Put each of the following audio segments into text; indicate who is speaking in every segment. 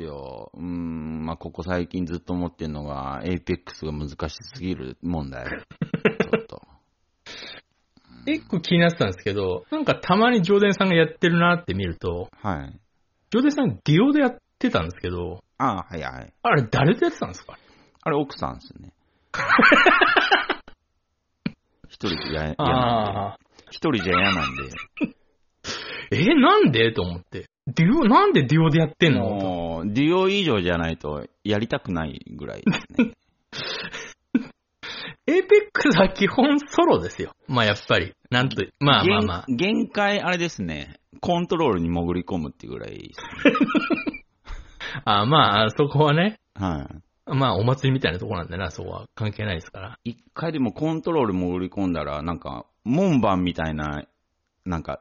Speaker 1: よ。うーん、まあ、ここ最近ずっと思ってるのが、エイペックスが難しすぎる問題。ちょっと。
Speaker 2: 一個気になってたんですけど、なんかたまにジョーデンさんがやってるなって見ると、
Speaker 1: はい。
Speaker 2: ジョーデンさんディオでやってたんですけど、
Speaker 1: ああ、はいはい。
Speaker 2: あれ誰でやってたんですか
Speaker 1: あれ、奥さんです ね。一人じゃ嫌なんで。
Speaker 2: ああ。
Speaker 1: 一人じゃ嫌なんで。
Speaker 2: えーなんでと思って。デュオ、なんでデュオでやってんのと
Speaker 1: もう、デュオ以上じゃないとやりたくないぐらいですね。
Speaker 2: エイペックスは基本ソロですよ。まあやっぱり。なんと、ま あまあまあ。
Speaker 1: 限限界、あれですね。コントロールに潜り込むっていうぐらいですね、
Speaker 2: あまあ、そこはね。
Speaker 1: はい。
Speaker 2: まあお祭りみたいなとこなんだな、そこは。関係ないですから。
Speaker 1: 一回でもコントロール潜り込んだら、なんか、門番みたいな、なんか、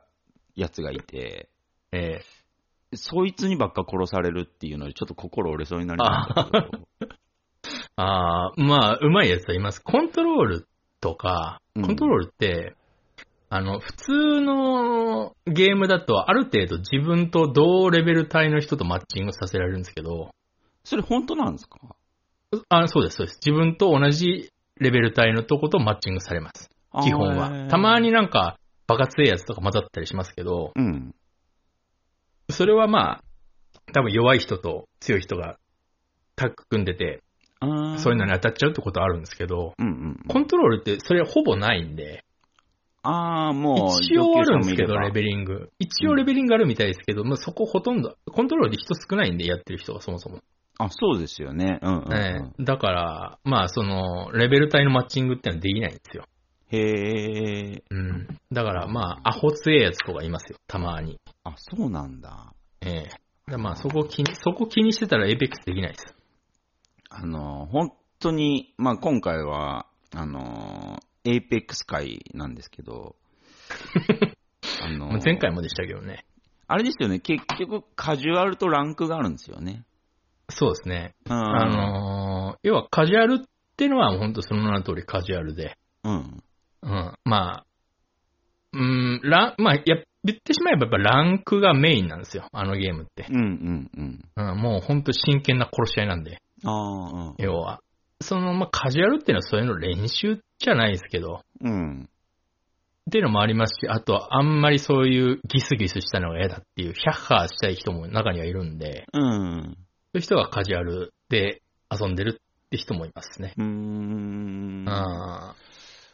Speaker 1: やつがいて、
Speaker 2: ええ
Speaker 1: そいつにばっか殺されるっていうので、ちょっと心折れそうになりましたけど。
Speaker 2: ああ、まあ、うまいやつはいます。コントロールとか、
Speaker 1: うん
Speaker 2: コントロールって、あの、普通のゲームだと、ある程度自分と同レベル帯の人とマッチングさせられるんですけど、
Speaker 1: それ本当なんですか
Speaker 2: あそうです、そうです。自分と同じレベル帯のとことマッチングされます。基本は。たま。になんか、バカ強いやつとか混ざったりしますけど、
Speaker 1: あーうん。
Speaker 2: それはまあ、多分弱い人と強い人がタッグ組んでて、
Speaker 1: あー
Speaker 2: そういうのに当たっちゃうってことはあるんですけど、
Speaker 1: うんうんうん。
Speaker 2: コントロールってそれほぼないんで、
Speaker 1: ああ、もう、
Speaker 2: 一応あるんですけ
Speaker 1: 上級者もいれ
Speaker 2: ど、
Speaker 1: ば
Speaker 2: レベリング。一応レベリングあるみたいですけど、まあそこほとんど、コントロールで人少ないんで、やってる人がそもそも。
Speaker 1: あ、そうですよね。うんうん、うん
Speaker 2: ええだから、まあ、その、レベル帯のマッチングってのはできないんですよ。
Speaker 1: へえ。
Speaker 2: うん。だから、まあ、アホ強えやつとかいますよ、たまに。
Speaker 1: あ、そうなんだ。
Speaker 2: ええだからまあ、そこ気に、そこ気にしてたらエイペックスできないです。
Speaker 1: あの、本当に、まあ、今回は、あの、エイペックス会なんですけ ど、あの
Speaker 2: まあ前回もでしたけどね。
Speaker 1: あれですよね、結局、カジュアルとランクがあるんですよね。
Speaker 2: そうですね。
Speaker 1: うん
Speaker 2: あのー要はカジュアルってのは、本当その名の通りカジュアルで。
Speaker 1: うん。
Speaker 2: うん、まあ、うーん、ラン、まあ、や、言ってしまえばやっぱランクがメインなんですよ、あのゲームって
Speaker 1: う。んうんうん。
Speaker 2: うん、もう本当真剣な殺し合いなんで、
Speaker 1: ああ、
Speaker 2: 要は。その、まあ、カジュアルっていうのはそういうの練習じゃないですけど、
Speaker 1: うん。
Speaker 2: っていうのもありますし、あと、あんまりそういうギスギスしたのが嫌だっていう、ヒャッハーしたい人も中にはいるんで、
Speaker 1: うん。
Speaker 2: そういう人がカジュアルで遊んでるって人もいますね。
Speaker 1: うーん
Speaker 2: う。ん。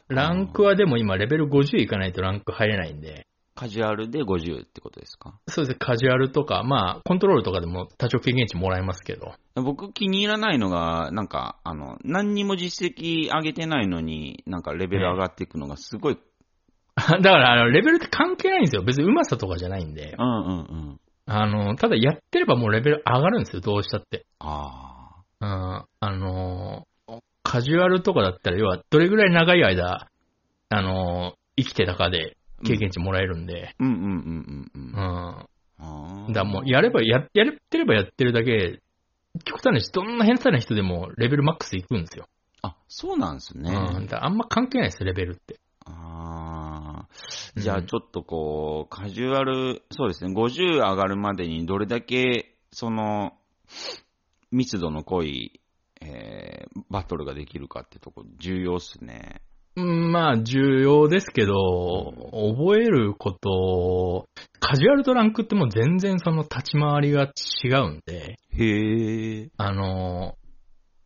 Speaker 2: ランクはでも今レベル50いかないとランク入れないんで、
Speaker 1: カジュアルで50ってことですか
Speaker 2: そうですね、カジュアルとか、まあ、コントロールとかでも多少経験値もらえますけど。
Speaker 1: 僕気に入らないのが、なんか、あの、何にも実績上げてないのに、なんかレベル上がっていくのがすごい、
Speaker 2: だから、あの、レベルって関係ないんですよ。別にうまさとかじゃないんで
Speaker 1: う。んうんうん。
Speaker 2: あの、ただやってればもうレベル上がるんですよ、どうしたって。
Speaker 1: あ
Speaker 2: うん、あの、カジュアルとかだったら、要は、どれぐらい長い間、あの、生きてたかで経験値もらえるんで、
Speaker 1: あ。うんうんうんうんう
Speaker 2: うんん。。だ
Speaker 1: あ
Speaker 2: か
Speaker 1: ー
Speaker 2: らもう、やれば、や、やれてればやってるだけ、極端な人、どんな変態な人でもレベルマックスいくんですよ。
Speaker 1: あ、そうなんですね。
Speaker 2: うん。だからあんま関係ないですよ、レベルって。
Speaker 1: ああ。じゃ
Speaker 2: う
Speaker 1: あ
Speaker 2: ん
Speaker 1: ちょっとこう、カジュアル、そうですね、50上がるまでにどれだけ、その、密度の濃い、えーバトルができるかってとこ、重要っすね。
Speaker 2: うんまあ、重要ですけど、覚えることを、カジュアルとランクってもう全然その立ち回りが違うんで、
Speaker 1: へえ。
Speaker 2: あの、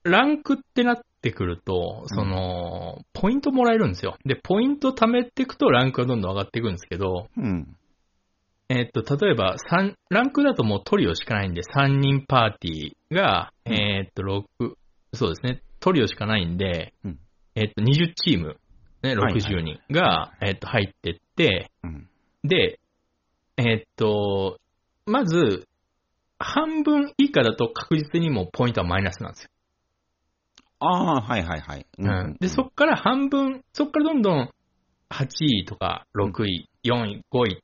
Speaker 2: ランクってなってくると、その、ポイントもらえるんですよ。で、ポイント貯めていくとランクがどんどん上がっていくんですけど、
Speaker 1: うん。
Speaker 2: えっと、例えば、三ランクだともうトリオしかないんで、3人パーティーが、
Speaker 1: うん
Speaker 2: えっと、6、そうですね、トリオしかないんで、
Speaker 1: うん
Speaker 2: えっと、20チーム、ね、
Speaker 1: はいはい
Speaker 2: 60人が、えっと、入ってって、
Speaker 1: うん。
Speaker 2: で、えっと、まず、半分以下だと確実にもうポイントはマイナスなんですよ。
Speaker 1: ああ、はいはいはい。う
Speaker 2: うんで、そっから半分、そっからどんどん8位とか6位、4位、5位、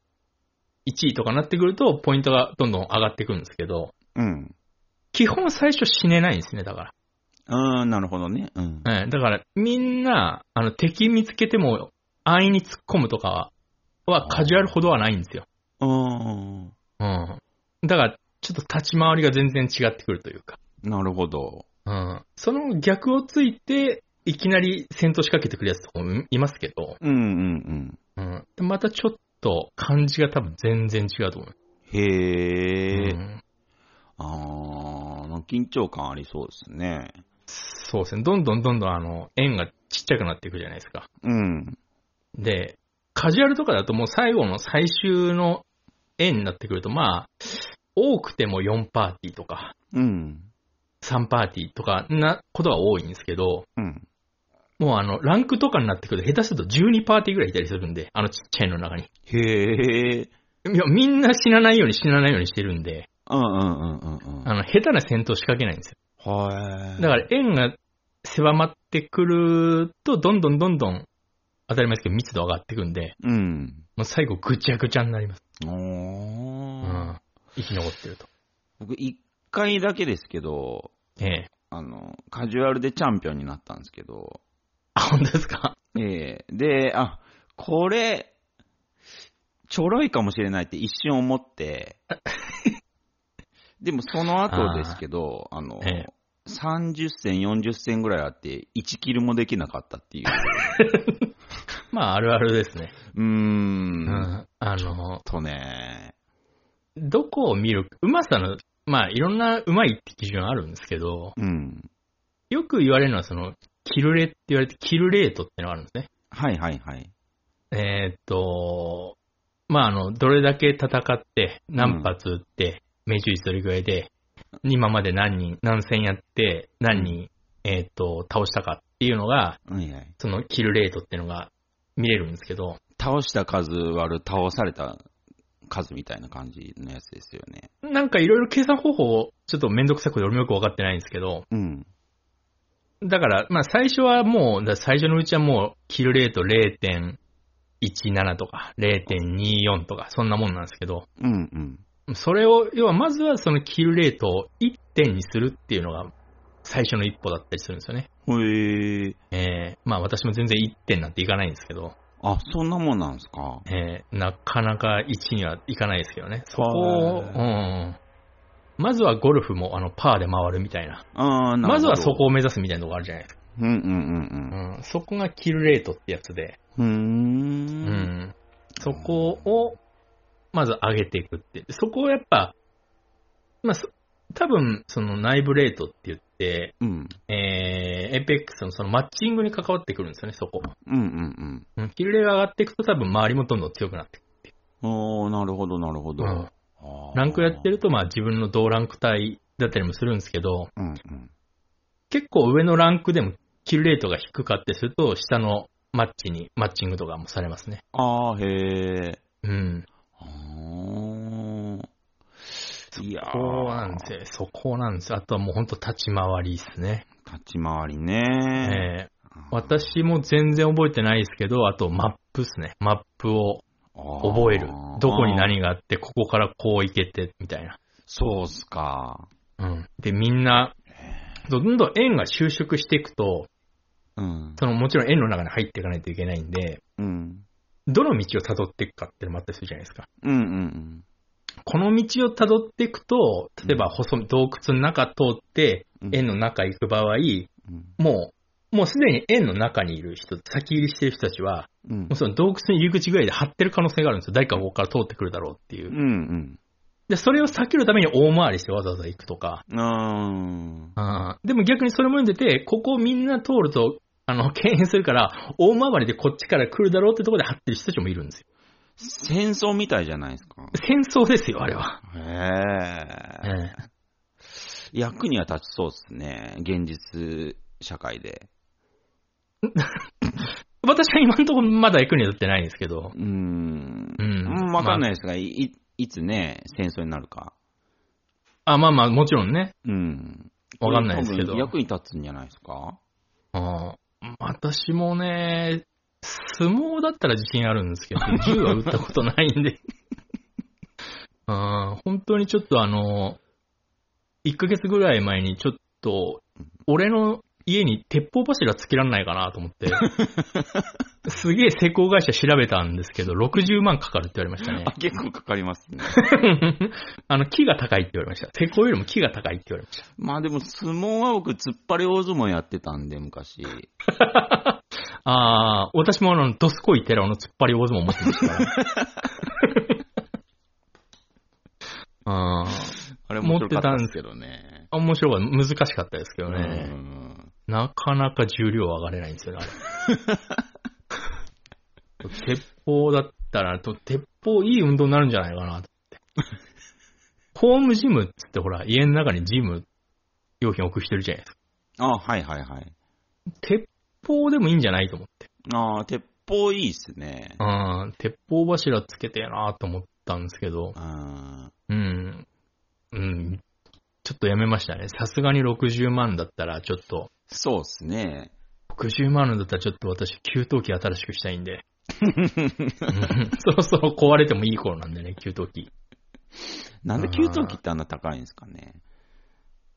Speaker 2: 1位とかなってくると、ポイントがどんどん上がってくるんですけど、
Speaker 1: うん。
Speaker 2: 基本最初死ねないんですね、だか
Speaker 1: あーなるほどね。うん。
Speaker 2: ら。うん、だから、みんな、あの、敵見つけても、安易に突っ込むとかは、カジュアルほどはないんですよ。
Speaker 1: あー
Speaker 2: うん。だから、ちょっと立ち回りが全然違ってくるというか。
Speaker 1: なるほど。
Speaker 2: うん。その逆をついて、いきなり戦闘仕掛けてくるやつとかもいますけど、
Speaker 1: うんうん
Speaker 2: うん。でまたちょっと感じが多分全然違うと思う。
Speaker 1: うん。へえ、
Speaker 2: うん
Speaker 1: あー、なんか緊張感ありそうですね。
Speaker 2: そうですね。どんどんどんどんあの、円がちっちゃくなっていくじゃないですか。
Speaker 1: うん。
Speaker 2: で、カジュアルとかだともう最後の最終の円になってくると、まあ、多くても4パーティーとか、
Speaker 1: うん。
Speaker 2: 3パーティーとかなことが多いんですけど、
Speaker 1: うん。
Speaker 2: もうあの、ランクとかになってくると、下手すると12パーティーぐらいいたりするんで、あのちっちゃいの中に。い
Speaker 1: へえ。
Speaker 2: や、みんな死なないように死なないようにしてるんで、
Speaker 1: うんうんうんうんうん。
Speaker 2: あの、下手な戦闘仕掛けないんですよ。
Speaker 1: はい。
Speaker 2: だから、円が狭まってくると、どんどんどんどん、当たり前ですけど、密度上がってくんで、
Speaker 1: うん。
Speaker 2: もう最後ぐちゃぐちゃになります。
Speaker 1: お
Speaker 2: う
Speaker 1: ー。
Speaker 2: ん。生き残ってると。
Speaker 1: 僕、一回だけですけど、
Speaker 2: ええ。
Speaker 1: あの、カジュアルでチャンピオンになったんですけど、
Speaker 2: あ、本当ですか
Speaker 1: ええで、あ、これ、ちょろいかもしれないって一瞬思って、 でもその後ですけど、あの、
Speaker 2: ええ
Speaker 1: 30戦、40戦ぐらいあって、1キルもできなかったっていう。
Speaker 2: まあ、あるあるですね。
Speaker 1: うー。
Speaker 2: うんん。あの、
Speaker 1: とね、
Speaker 2: どこを見る、うまさの、まあ、いろんなうまいって基準あるんですけど、
Speaker 1: うん。
Speaker 2: よく言われるのは、その、キルレって言われて、キルレートってのがあるんですね。
Speaker 1: はいはいはい。
Speaker 2: えーっと、まあ、あの、どれだけ戦って、何発撃って、命中率どれぐらいで、今まで何人、何戦やって、何人、えーっと、倒したかっていうのが、
Speaker 1: はいはい。
Speaker 2: そのキルレートっていうのが見れるんですけど、
Speaker 1: 倒した数割る倒された数みたいな感じのやつですよね。
Speaker 2: なんかいろいろ計算方法をちょっとめんどくさくて俺もよくわかってないんですけど、
Speaker 1: うん。
Speaker 2: だから、まあ最初はもう、だ最初のうちはもう、キルレート0.17とか、0.24とか、そんなもんなんですけど、
Speaker 1: うんうん。
Speaker 2: それを、要はまずはそのキルレートを1点にするっていうのが、最初の一歩だったりするんですよね。
Speaker 1: へえ。
Speaker 2: えー、まあ私も全然1点なんていかないんですけど、
Speaker 1: あ、そんなもんなんすか。
Speaker 2: えー、なかなか1にはいかないですけどね。そこを、う
Speaker 1: はい
Speaker 2: ん。まずはゴルフもあのパーで回るみたいな。
Speaker 1: ああ、なるほど。
Speaker 2: まずはそこを目指すみたいなとこあるじゃないですか
Speaker 1: うんうん
Speaker 2: うん、そこがキルレートってやつで、
Speaker 1: うんうん。ふー。
Speaker 2: うんん、そこをまず上げていくって。そこをやっぱ、まあ、そ多分その内部レートって言って、
Speaker 1: うん。
Speaker 2: えー、エイペックスのそのマッチングに関わってくるんですよね、そこ。
Speaker 1: うんうん
Speaker 2: うん、キルレートが上がっていくと多分周りもどんどん強くなっていく
Speaker 1: うん。おー、なるほどなるほど。
Speaker 2: うん
Speaker 1: あー
Speaker 2: ランクやってるとまあ自分の同ランク帯だったりもするんですけど、
Speaker 1: うんうん。
Speaker 2: 結構上のランクでもキルレートが低かってすると、下のマッチに、マッチングとかもされますね。
Speaker 1: あー、へえ。
Speaker 2: うん。
Speaker 1: あー。いやー
Speaker 2: そこなんですよ。そこなんですよ。あとはもう本当立ち回りですね。
Speaker 1: 立ち回りね。
Speaker 2: ええ私も全然覚えてないですけど、あとマップですね。マップを覚える
Speaker 1: あー。
Speaker 2: どこに何があって、ここからこう行けて、みたいな。
Speaker 1: そうっすか。
Speaker 2: うん。で、みんな、どんどん円が収縮していくと、
Speaker 1: うん。
Speaker 2: そのもちろん円の中に入っていかないといけないんで、
Speaker 1: うん。
Speaker 2: どの道を辿っていくかっていうのもあったりするじゃないですか。
Speaker 1: うんうんうん。
Speaker 2: この道を辿っていくと、例えば細い洞窟の中通って、
Speaker 1: うん
Speaker 2: 円の中行く場
Speaker 1: う
Speaker 2: 合、
Speaker 1: ん
Speaker 2: もう、もうすでに円の中にいる人、先入りしてる人たちは、
Speaker 1: うん
Speaker 2: もうその洞窟の入り口ぐらいで張ってる可能性があるんですよ。誰かがここから通ってくるだろうっていうう。
Speaker 1: ん
Speaker 2: で、それを避けるために大回りしてわざわざ行くとか。
Speaker 1: うん。あ
Speaker 2: うん。でも逆にそれも読んでて、ここをみんな通ると、あの、敬遠するから、大回りでこっちから来るだろうってところで張ってる人たちもいるんですよ。
Speaker 1: ー戦争みたいじゃないですか。
Speaker 2: 戦争ですよ、あれは。
Speaker 1: へえ。
Speaker 2: ええ
Speaker 1: 役には立ちそうっすね。現実社会で。
Speaker 2: 私は今のところまだ行くには立ってないんですけど
Speaker 1: う。ーん
Speaker 2: う。ん。
Speaker 1: うんわかんない
Speaker 2: い。
Speaker 1: ですが、いいいつね、戦争になるか。
Speaker 2: あ、まあまあ、もちろんね。
Speaker 1: うん。
Speaker 2: わかんないですけど
Speaker 1: 多分。役に立つんじゃないですか
Speaker 2: あー私もね、相撲だったら自信あるんですけど、銃は撃ったことないんで。 あー本当にちょっとあの、1ヶ月ぐらい前にちょっと、俺の家に鉄砲柱つけられないかなと思って。すげえ施工会社調べたんですけど、60万かかるって言われましたね
Speaker 1: あ、。結構かかります ね。
Speaker 2: あの、木が高いって言われました。施工よりも木が高いって言われました。
Speaker 1: まあでも、相撲は僕、突っ張り大相撲やってたんで、昔。
Speaker 2: ああ、私もあの、どすこい寺の突っ張り大相撲持ってましたから。あ
Speaker 1: あれ面白かったですけどね。
Speaker 2: あ、面白かった。難しかったですけどね。
Speaker 1: うん
Speaker 2: なかなか重量上がれないんですよね、あれ。鉄砲だったら、と鉄砲いい運動になるんじゃないかなと思って。ホームジムっつってほら、家の中にジム用品置く人いるじゃないですか。
Speaker 1: あ、はいはいはい。
Speaker 2: 鉄砲でもいいんじゃないと思って。
Speaker 1: ああ、鉄砲いいっすね。
Speaker 2: うん、鉄砲柱つけてやなと思ったんですけど、
Speaker 1: うん。
Speaker 2: うん、うん、ちょっとやめましたね。さすがに60万だったら、ちょっと、
Speaker 1: そうっすね。
Speaker 2: 60万だったらちょっと私、給湯器新しくしたいんで。 うんそろそろ壊れてもいい頃なんでね、給湯器。
Speaker 1: なんで給湯器ってあんな高いんですか ね。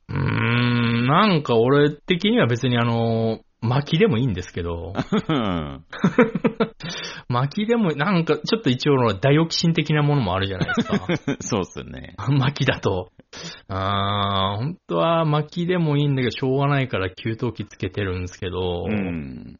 Speaker 2: うーん、なんか俺的には別にあの、薪でもいいんですけど、
Speaker 1: うん
Speaker 2: 薪でも、なんかちょっと一応のダイオキシン的なものもあるじゃないです か。
Speaker 1: そうっすね。
Speaker 2: 薪だと。あー、本当は薪でもいいんだけど、しょうがないから給湯器つけてるんですけど、
Speaker 1: うん。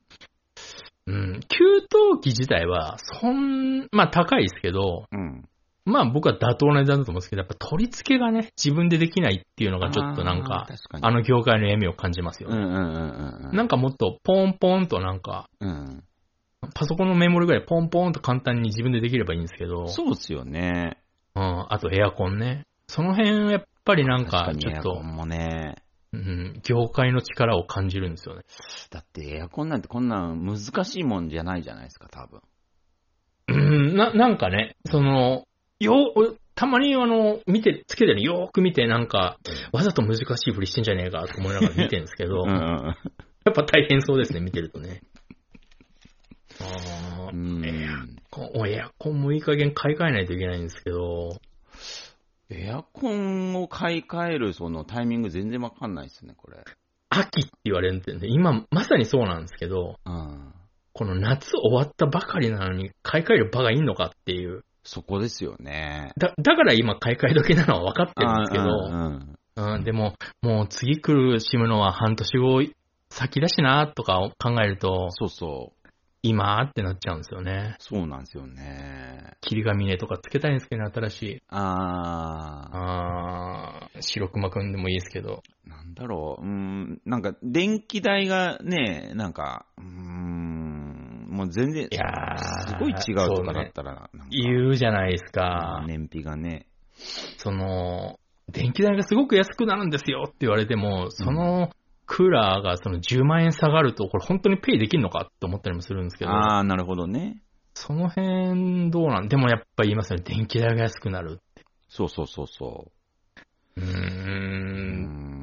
Speaker 2: うん給湯器自体は、そん、まあ高いですけど、
Speaker 1: うん。
Speaker 2: まあ僕は妥当な値段だと思うんですけど、やっぱ取り付けがね、自分でできないっていうのがちょっとなんか、
Speaker 1: あー、確かに
Speaker 2: あの業界の闇を感じます
Speaker 1: う
Speaker 2: よ。
Speaker 1: んうんうんうん。
Speaker 2: なんかもっとポンポンとなんか、
Speaker 1: うん。
Speaker 2: パソコンのメモリぐらいポンポンと簡単に自分でできればいいんですけど、
Speaker 1: そうっすよね。
Speaker 2: うん、あとエアコンね。その辺はやっぱりなんか
Speaker 1: 確に
Speaker 2: ちょっ
Speaker 1: エアコ
Speaker 2: と
Speaker 1: ン、もね。
Speaker 2: うん、業界の力を感じるんですよね。
Speaker 1: だってエアコンなんてこんなん難しいもんじゃないじゃないですか、多分。
Speaker 2: うん、な、なんかね、その、よ、たまにあの、見て、つけてるよーく見てなんか、わざと難しいふりしてんじゃねえかと思いながら見てるんですけど、
Speaker 1: う
Speaker 2: やっ
Speaker 1: ん
Speaker 2: ぱ大変そうですね、見てるとね。あー
Speaker 1: うん。う
Speaker 2: エア
Speaker 1: ん。
Speaker 2: こうエアコンもいい加減買い替えないといけないんですけど、
Speaker 1: エアコンを買い替えるそのタイミング全然わかんないですね、これ。
Speaker 2: 秋って言われるんで、今まさにそうなんですけど、
Speaker 1: うん。
Speaker 2: この夏終わったばかりなのに買い替える場がいいのかっていう。
Speaker 1: そこですよね。
Speaker 2: だ、だから今買い替え時なのは分かってるんですけ
Speaker 1: う
Speaker 2: ど、
Speaker 1: んうん
Speaker 2: うん、でも、もう次来るシムのは半年後先だしなとかを考えると、
Speaker 1: そうそう。
Speaker 2: 今ってなっちゃうんですよね。
Speaker 1: そうなんですよね。
Speaker 2: 霧が峰とかつけたいんですけどね、新しい。
Speaker 1: あ
Speaker 2: あー、白熊くんでもいいですけど。
Speaker 1: ー、なんだろう。うん、なんか電気代がね、なんか、うーん、もう全然、
Speaker 2: いやー
Speaker 1: すごい違うとかだったら、なんか
Speaker 2: 言うじゃないですか。
Speaker 1: 燃費がね。
Speaker 2: その、電気代がすごく安くなるんですよって言われても、そのクーラーがその10万円下がると、これ本当にペイできるのかって思ったりもするんですけど、
Speaker 1: あー、なるほどね。
Speaker 2: その辺どうなんでもやっぱ言いますよね、電気代が安くなる。
Speaker 1: そうそうそうそう
Speaker 2: ー
Speaker 1: う。
Speaker 2: ん。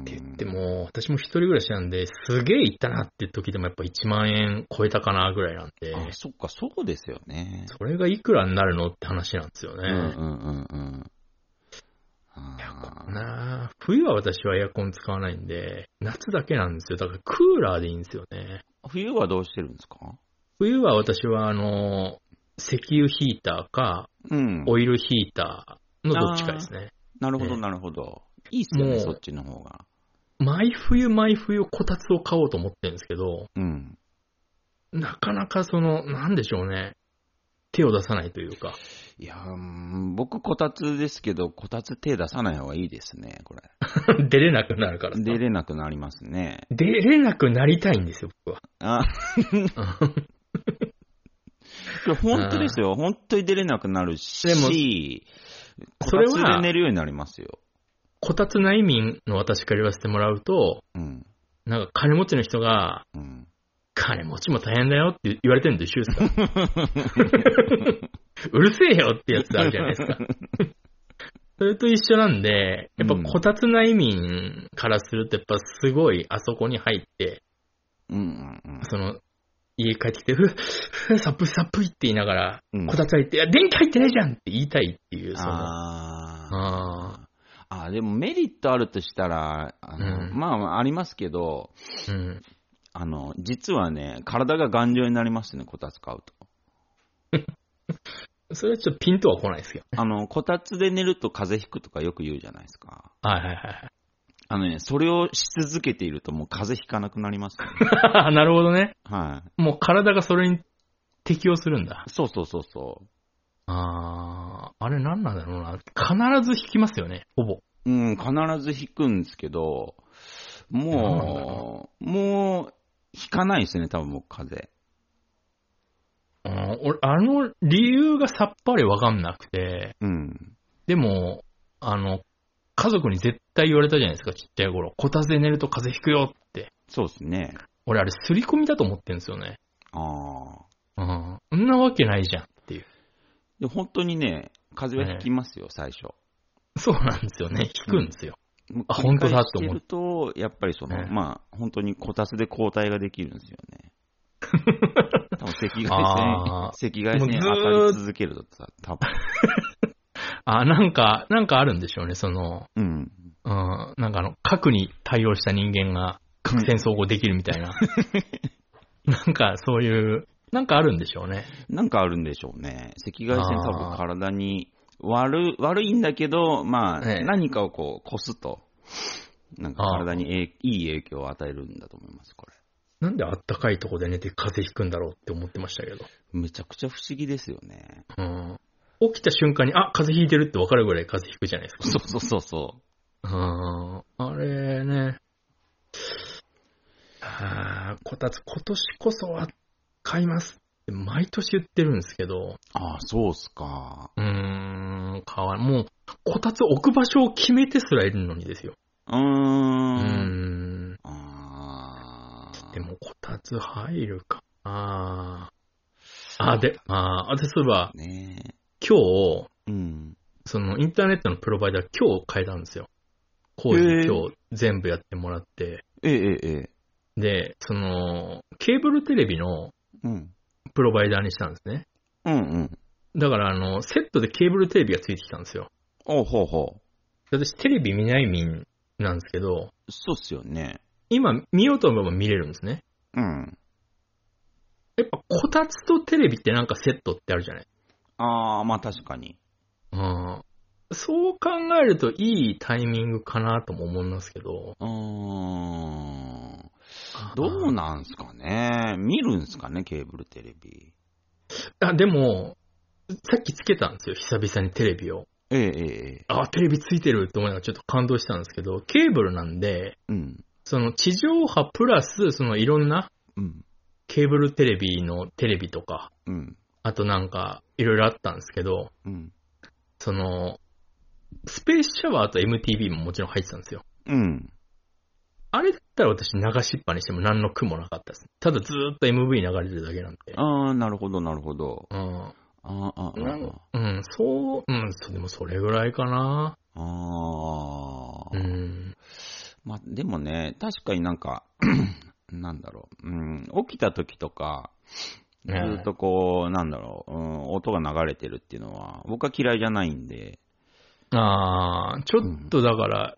Speaker 1: ん
Speaker 2: って言っても、私も一人暮らしなんで、すげえ行ったなって時でもやっぱ1万円超えたかなぐらいなんで、
Speaker 1: あ、そっか、そうですよね。
Speaker 2: それがいくらになるのって話なんですよ
Speaker 1: うんうん
Speaker 2: ね。
Speaker 1: うんうん。
Speaker 2: エア
Speaker 1: あ
Speaker 2: コ
Speaker 1: ー
Speaker 2: ンなあ冬は私はエアコン使わないんで、夏だけなんですよ。だからクーラーでいいんですよね。
Speaker 1: 冬はどうしてるんですか
Speaker 2: 冬は私は、あの、石油ヒーターか、
Speaker 1: うん。
Speaker 2: オイルヒーターのどっちかですね。
Speaker 1: なるほど、
Speaker 2: ね
Speaker 1: なるほど。いいっすよね、
Speaker 2: もう
Speaker 1: そっちの方が。
Speaker 2: 毎冬毎冬こたつを買おうと思ってるんですけど、
Speaker 1: うん。
Speaker 2: なかなかその、なんでしょうね。手を出さないというか。
Speaker 1: いやー、うん僕、こたつですけど、こたつ手出さない方がいいですね、これ。
Speaker 2: 出れなくなるからさ。
Speaker 1: 出れなくなりますね。
Speaker 2: 出れなくなりたいんですよ、僕は。
Speaker 1: あ、これ本当ですよ。本当に出れなくなる
Speaker 2: でも
Speaker 1: し、こ
Speaker 2: それ
Speaker 1: た
Speaker 2: は
Speaker 1: つで寝るようになりますよ。
Speaker 2: こたつ内民の私から言わせてもらうと、
Speaker 1: うん。
Speaker 2: なんか金持ちの人が、
Speaker 1: うん。
Speaker 2: 金持ちも大変だよって言われてるの と一緒ですから。うるせえよってやつあるじゃないですか。 それと一緒なんで、やっぱこたつ内民からすると、やっぱすごいあそこに入って、
Speaker 1: うんうん
Speaker 2: その、家帰ってきて、ふっ、ふっ、サプサプいって言いながら、
Speaker 1: うん。
Speaker 2: こたつ入って、いや、電気入ってないじゃんって言いたいっていう、その、
Speaker 1: あー
Speaker 2: あ
Speaker 1: あー、でもメリットあるとしたら、あの
Speaker 2: うん
Speaker 1: まあ、ありますけど、
Speaker 2: ーうん。
Speaker 1: あの、実はね、体が頑丈になりますね、こたつ買うと。
Speaker 2: それはちょっとピンとは来ないですけど。
Speaker 1: あの、こたつで寝ると風邪ひくとかよく言うじゃないですか。
Speaker 2: はいはいはい
Speaker 1: あのね、それをし続けているともう風邪ひかなくなりますよね。
Speaker 2: はい。なるほどね。
Speaker 1: は
Speaker 2: もう体がそれに適応するんだ。
Speaker 1: い。そうそうそうそ
Speaker 2: あー、あれ何なんだろうな。必ず引きますよね、ほぼ。
Speaker 1: う。うん、必ず引くんですけど、
Speaker 2: なんだ
Speaker 1: もう、もう、引かないですね、多分僕風邪。
Speaker 2: うん俺、あの理由がさっぱりわかんなくて、
Speaker 1: うん。
Speaker 2: でも、あの、家族に絶対言われたじゃないですか、ちっちゃい頃。こたつで寝ると風邪ひくよって。
Speaker 1: そうですね。
Speaker 2: 俺、あれ、すり込みだと思ってんですよね。
Speaker 1: ああ。
Speaker 2: うん。そんなわけないじゃんっていう。
Speaker 1: で、本当にね、風邪は引きますよ、最初。
Speaker 2: そうなんですよ ね。引くんですよ。あ
Speaker 1: 繰
Speaker 2: 本
Speaker 1: り
Speaker 2: 当
Speaker 1: 返
Speaker 2: だ
Speaker 1: し
Speaker 2: と
Speaker 1: て
Speaker 2: 思う
Speaker 1: ると、やっぱりその、
Speaker 2: ね
Speaker 1: まあ、本当にこたつで抗体ができるんですよ ね。多分赤外線、
Speaker 2: あ
Speaker 1: 赤外線
Speaker 2: もうずーっ
Speaker 1: 当
Speaker 2: と
Speaker 1: たり続けるとさ、多分。
Speaker 2: あ、なんか、なんかあるんでしょうね、その、
Speaker 1: うん。
Speaker 2: うん、なんかあの、核に対応した人間が核戦争後できるみたいな。 なんかそういう、なんかあるんでしょうね。
Speaker 1: なんかあるんでしょうね。赤外線多
Speaker 2: あ
Speaker 1: 分
Speaker 2: ー
Speaker 1: 体に悪い、悪いんだけど、まあ、
Speaker 2: ええ
Speaker 1: 何かをこう、こすと、なんか体にえいい影響を与えるんだと思います、これ。
Speaker 2: なんであったかいとこで寝て風邪ひくんだろうって思ってましたけど。
Speaker 1: めちゃくちゃ不思議ですよね。
Speaker 2: うん。起きた瞬間に、あ、風邪ひいてるってわかるぐらい風邪ひくじゃないです
Speaker 1: そ
Speaker 2: か。
Speaker 1: うそうそうそう。
Speaker 2: うん。あれね。あーこたつ今年こそは買いますって毎年言ってるんですけど。
Speaker 1: ああ、そうっすか。
Speaker 2: うーん、買わない。もう、こたつ置く場所を決めてすらいるのにですよ。
Speaker 1: うー
Speaker 2: うー
Speaker 1: ん。
Speaker 2: ん。
Speaker 1: ああ。
Speaker 2: でも、こたつ入るかな。あ、で、あ、あ、で、そういえば、
Speaker 1: ね
Speaker 2: 今日、
Speaker 1: え。うん。
Speaker 2: そのインターネットのプロバイダー今日変えたんですよ。工事
Speaker 1: へえ
Speaker 2: 今日全部やってもらって。
Speaker 1: ええええええ。
Speaker 2: で、その、ケーブルテレビの
Speaker 1: うん。
Speaker 2: プロバイダーにしたんですね。
Speaker 1: うんうん。
Speaker 2: だから、あの、セットでケーブルテレビがついてきたんですよ。
Speaker 1: おうほうほ
Speaker 2: 私、テレビ見ない民なんですけど、
Speaker 1: う。そうっすよね。
Speaker 2: 今、見ようと思えば見れるんですね。
Speaker 1: うん。
Speaker 2: やっぱ、こたつとテレビってなんかセットってあるじゃない
Speaker 1: ああ、まあ確かに。
Speaker 2: うん。そう考えるといいタイミングかなとも思いますけど。
Speaker 1: うーん。どう
Speaker 2: な
Speaker 1: なんすかね見るんすかねケーブルテレビ。
Speaker 2: あ、でも、さっきつけたんですよ、久々にテレビを。
Speaker 1: ええええええ。
Speaker 2: あ、テレビついてるって思いながらちょっと感動したんですけど、ケーブルなんで、
Speaker 1: うん。
Speaker 2: その地上波プラス、そのいろんな
Speaker 1: うん。
Speaker 2: ケーブルテレビのテレビとか、
Speaker 1: うん。
Speaker 2: あとなんかいろいろあったんですけど、
Speaker 1: うん。
Speaker 2: その、スペースシャワーと MTV ももちろん入ってたんですよ。
Speaker 1: うん。
Speaker 2: あれだったら私流しっぱにしても何の苦もなかったです。ただずーっと MV 流れてるだけなんで。
Speaker 1: ああ、なるほど、なるほど。
Speaker 2: うん。
Speaker 1: ああ、あー
Speaker 2: なんうん、そう、うん、そうでもそれぐらいかな。
Speaker 1: あー、あー
Speaker 2: うん。
Speaker 1: まあ、でもね、確かになんか、 なんだろう、うん、起きた時とか、ず
Speaker 2: ね
Speaker 1: っとこう、なんだろう、うん、音が流れてるっていうのは、僕は嫌いじゃないんで、
Speaker 2: ああ、ちょっとだから、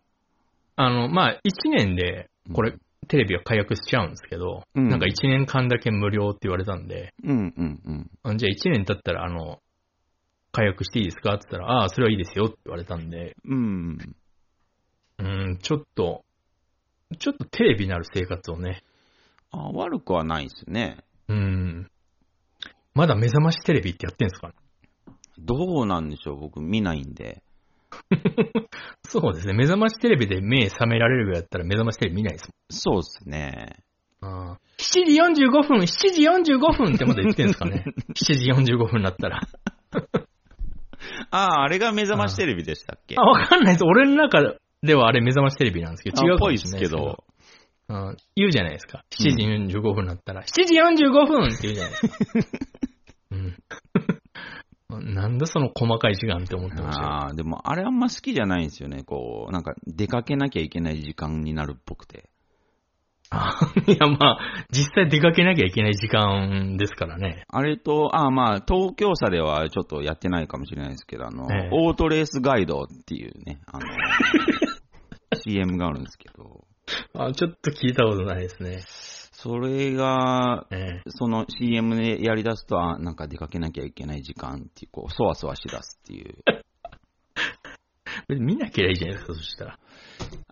Speaker 2: あの、まあ、一年で、これ、テレビは解約しちゃうんですけど、
Speaker 1: うん
Speaker 2: なんか一年間だけ無料って言われたんで、
Speaker 1: うんうんうん。
Speaker 2: あじゃあ一年経ったら、あの、解約していいですかって言ったら、ああ、それはいいですよって言われたんで、
Speaker 1: うん。
Speaker 2: うん、ちょっと、ちょっとテレビなる生活をね、
Speaker 1: あ悪くはないですね。
Speaker 2: うん、まだ目覚ましテレビってやってんすかね
Speaker 1: どうなんでしょう、僕見ないんで。
Speaker 2: そうですね、目覚ましテレビで目覚められるぐらいだったら目覚ましテレビ見ないです
Speaker 1: そうですね。
Speaker 2: ああ7時45分、7時45分ってまだ言ってんすかね。7時45分になったら。
Speaker 1: ああ、あれが目覚ましテレビでしたっけ
Speaker 2: あ、わかんないです。俺の中ではあれ目覚ましテレビなんですけど、違
Speaker 1: あ
Speaker 2: うか
Speaker 1: ぽ
Speaker 2: も
Speaker 1: いっ
Speaker 2: しれ
Speaker 1: す
Speaker 2: ない
Speaker 1: け
Speaker 2: ですけど。
Speaker 1: ど。
Speaker 2: うん言うじゃないですか。7時45分になったら、7時45分って言うじゃない ですか。うん。 なんだその細かい時間って思ってましたよ
Speaker 1: ああ、でもあれあんま好きじゃないんですよね。こう、なんか出かけなきゃいけない時間になるっぽくて。
Speaker 2: あいや、まあ、実際出かけなきゃいけない時間ですからね。
Speaker 1: あれと、ああまあ、東京差ではちょっとやってないかもしれないですけど、あの、
Speaker 2: ええ
Speaker 1: オートレースガイドっていうね、 あの、CM があるんですけど、
Speaker 2: あちょっと聞いたことないですね。
Speaker 1: それが、
Speaker 2: ええ
Speaker 1: その CM でやり出すと、あ、なんか出かけなきゃいけない時間っていう、こう、そわそわしだすっていう。
Speaker 2: 別に見なきゃいいじゃないですか、そしたら。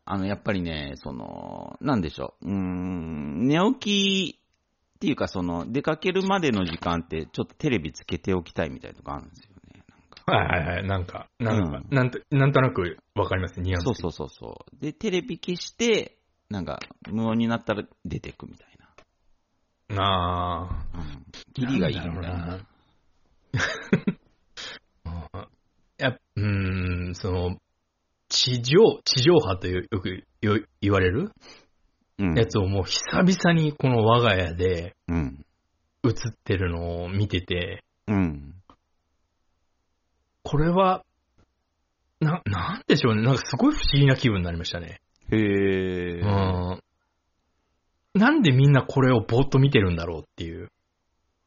Speaker 1: あの、やっぱりね、その、なんでしょう。うーん、寝起きっていうか、その、出かけるまでの時間って、ちょっとテレビつけておきたいみたいなとかあるんですよね。
Speaker 2: はいはいはい、なんか、なんか、
Speaker 1: う
Speaker 2: なんとなんとなくわかりますね、ニュアンス。
Speaker 1: そうそうそうそう。で、テレビ消して、なんか、無音になったら出てくみたい
Speaker 2: あ
Speaker 1: な。うん。キリがいいみたい
Speaker 2: なんだろう
Speaker 1: な
Speaker 2: な。あ。い や、うーん、その、地上、地上波というよくよ言われる
Speaker 1: うん
Speaker 2: やつをもう久々にこの我が家で
Speaker 1: うん。
Speaker 2: 映ってるのを見てて、
Speaker 1: うん。
Speaker 2: これは、な、なんでしょうね。なんかすごい不思議な気分になりましたね。
Speaker 1: へえ。
Speaker 2: うん。なんでみんなこれをぼーっと見てるんだろうっていう。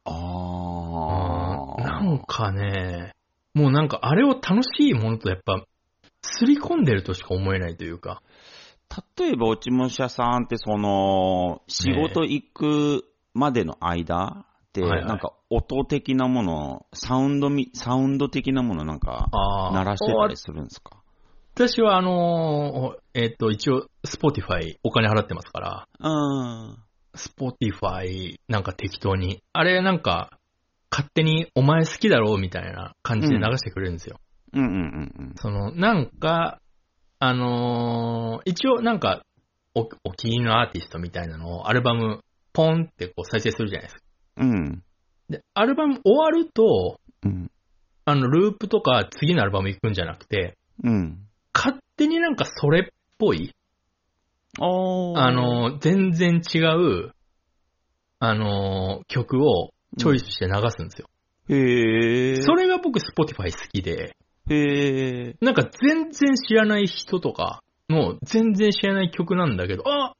Speaker 1: ああ。
Speaker 2: なんかね、もうなんかあれを楽しいものとやっぱ、すり込んでるとしか思えないというか。
Speaker 1: 例えば、落ち武者さんって、その、仕事行くまでの間って、
Speaker 2: はいはい
Speaker 1: なんか音的なもの、サウンドみ、サウンド的なものなんか、
Speaker 2: ああ。
Speaker 1: 鳴らしてたりするんですか
Speaker 2: 私はあのーえっ、と、一応、スポティファイお金払ってますから、
Speaker 1: うん。
Speaker 2: スポティファイなんか適当に、あれなんか、勝手にお前好きだろうみたいな感じで流してくれるんですよ。
Speaker 1: うんうんうん
Speaker 2: その、なんか、あのー一応なんかお、お気に入りのアーティストみたいなのをアルバム、ポンってこう再生するじゃないですか。
Speaker 1: うん。うん。
Speaker 2: で、アルバム終わると、
Speaker 1: うん。
Speaker 2: あの、ループとか次のアルバム行くんじゃなくて、
Speaker 1: うん。
Speaker 2: 勝手になんかそれっぽい、
Speaker 1: おー
Speaker 2: あ、の、全然違う、あの、曲をチョイスして流すんですよ。
Speaker 1: へえ。
Speaker 2: それが僕、Spotify 好きで、
Speaker 1: へえ。
Speaker 2: なんか全然知らない人とかの、全然知らない曲なんだけど、あ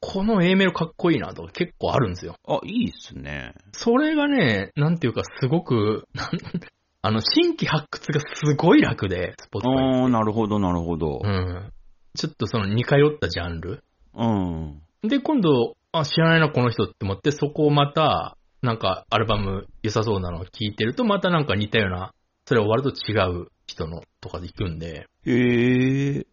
Speaker 2: この A メロかっこいいなとか結構あるんですよ。
Speaker 1: あ、いいっすね。
Speaker 2: それがね、なんていうかすごく、なんあの、新規発掘がすごい楽で、Spotify。
Speaker 1: ああ、なるほど、なるほど
Speaker 2: う。ん。ちょっとその似通ったジャンル。
Speaker 1: うん。
Speaker 2: で、今度、あ、知らないな、この人って思って、そこをまた、なんか、アルバム良さそうなのを聞いてると、またなんか似たような、それ終わると違う人のとかで行くんで、
Speaker 1: へえ。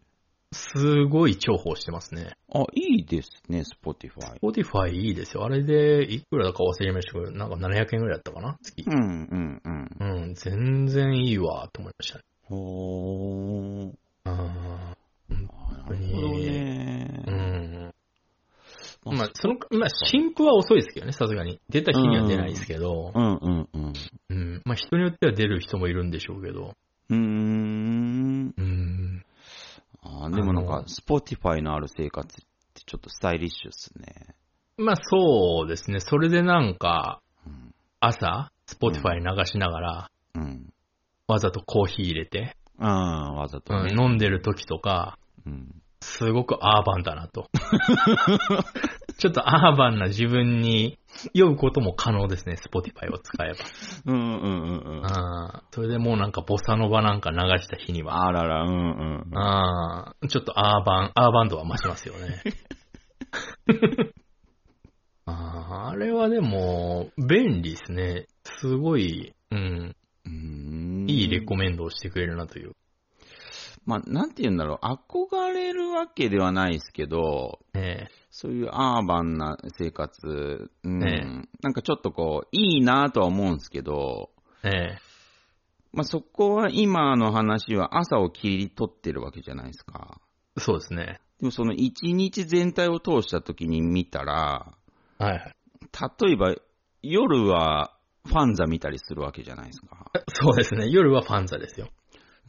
Speaker 2: すごい重宝してますね。
Speaker 1: あ、いいですね、Spotify。
Speaker 2: Spotify いいですよ。あれで、いくらだか忘れましたけど、なんか700円ぐらいだったかな、月
Speaker 1: う。んうんうん。
Speaker 2: うん、全然いいわ、と思いましたね。
Speaker 1: ほー。
Speaker 2: あ
Speaker 1: なるほどね
Speaker 2: ーう。ん。
Speaker 1: うん
Speaker 2: まあ、その、まあ、進行は遅いですけどね、さすがに。出た日には出ないですけど、
Speaker 1: うんうんうん。
Speaker 2: うん。まあ、人によっては出る人もいるんでしょうけど、
Speaker 1: うーん。
Speaker 2: うん。
Speaker 1: あーでもなん
Speaker 2: あ
Speaker 1: か
Speaker 2: の、
Speaker 1: Spotify のある生活ってちょっとスタイリッシュっすね。
Speaker 2: まあそうですね。それでなんか、
Speaker 1: うん。
Speaker 2: 朝、Spotify 流しながら、
Speaker 1: うん。
Speaker 2: わざとコーヒー入れて、
Speaker 1: ああ、わざと
Speaker 2: うん
Speaker 1: ね。
Speaker 2: 飲んでる時とか、
Speaker 1: うん。
Speaker 2: すごくアーバンだなと。 ちょっとアーバンな自分に酔うことも可能ですね、Spotify を使え
Speaker 1: うんうんうんうん。
Speaker 2: ば。うんそれでもうなんかボサノバなんか流した日には、
Speaker 1: あらら、うんうん。
Speaker 2: うんちょっとアーバン、アーバン度は増しますよ ね。あーあれはでも、便利ですね。すごい、うん、
Speaker 1: うーん
Speaker 2: いいレコメンドをしてくれるなという。
Speaker 1: まあ、なんて言うんだろう。憧れるわけではないですけど、
Speaker 2: ね
Speaker 1: そういうアーバンな生活、うん
Speaker 2: ね
Speaker 1: なんかちょっとこう、いいなとは思うんですけど、
Speaker 2: えね
Speaker 1: まあ、そこは今の話は朝を切り取ってるわけじゃないですか。
Speaker 2: えそうですね。
Speaker 1: でもその一日全体を通した時に見たら、
Speaker 2: はいはい。
Speaker 1: 例えば夜はファンザ見たりするわけじゃないですか。
Speaker 2: そうですね。夜はファンザですよ。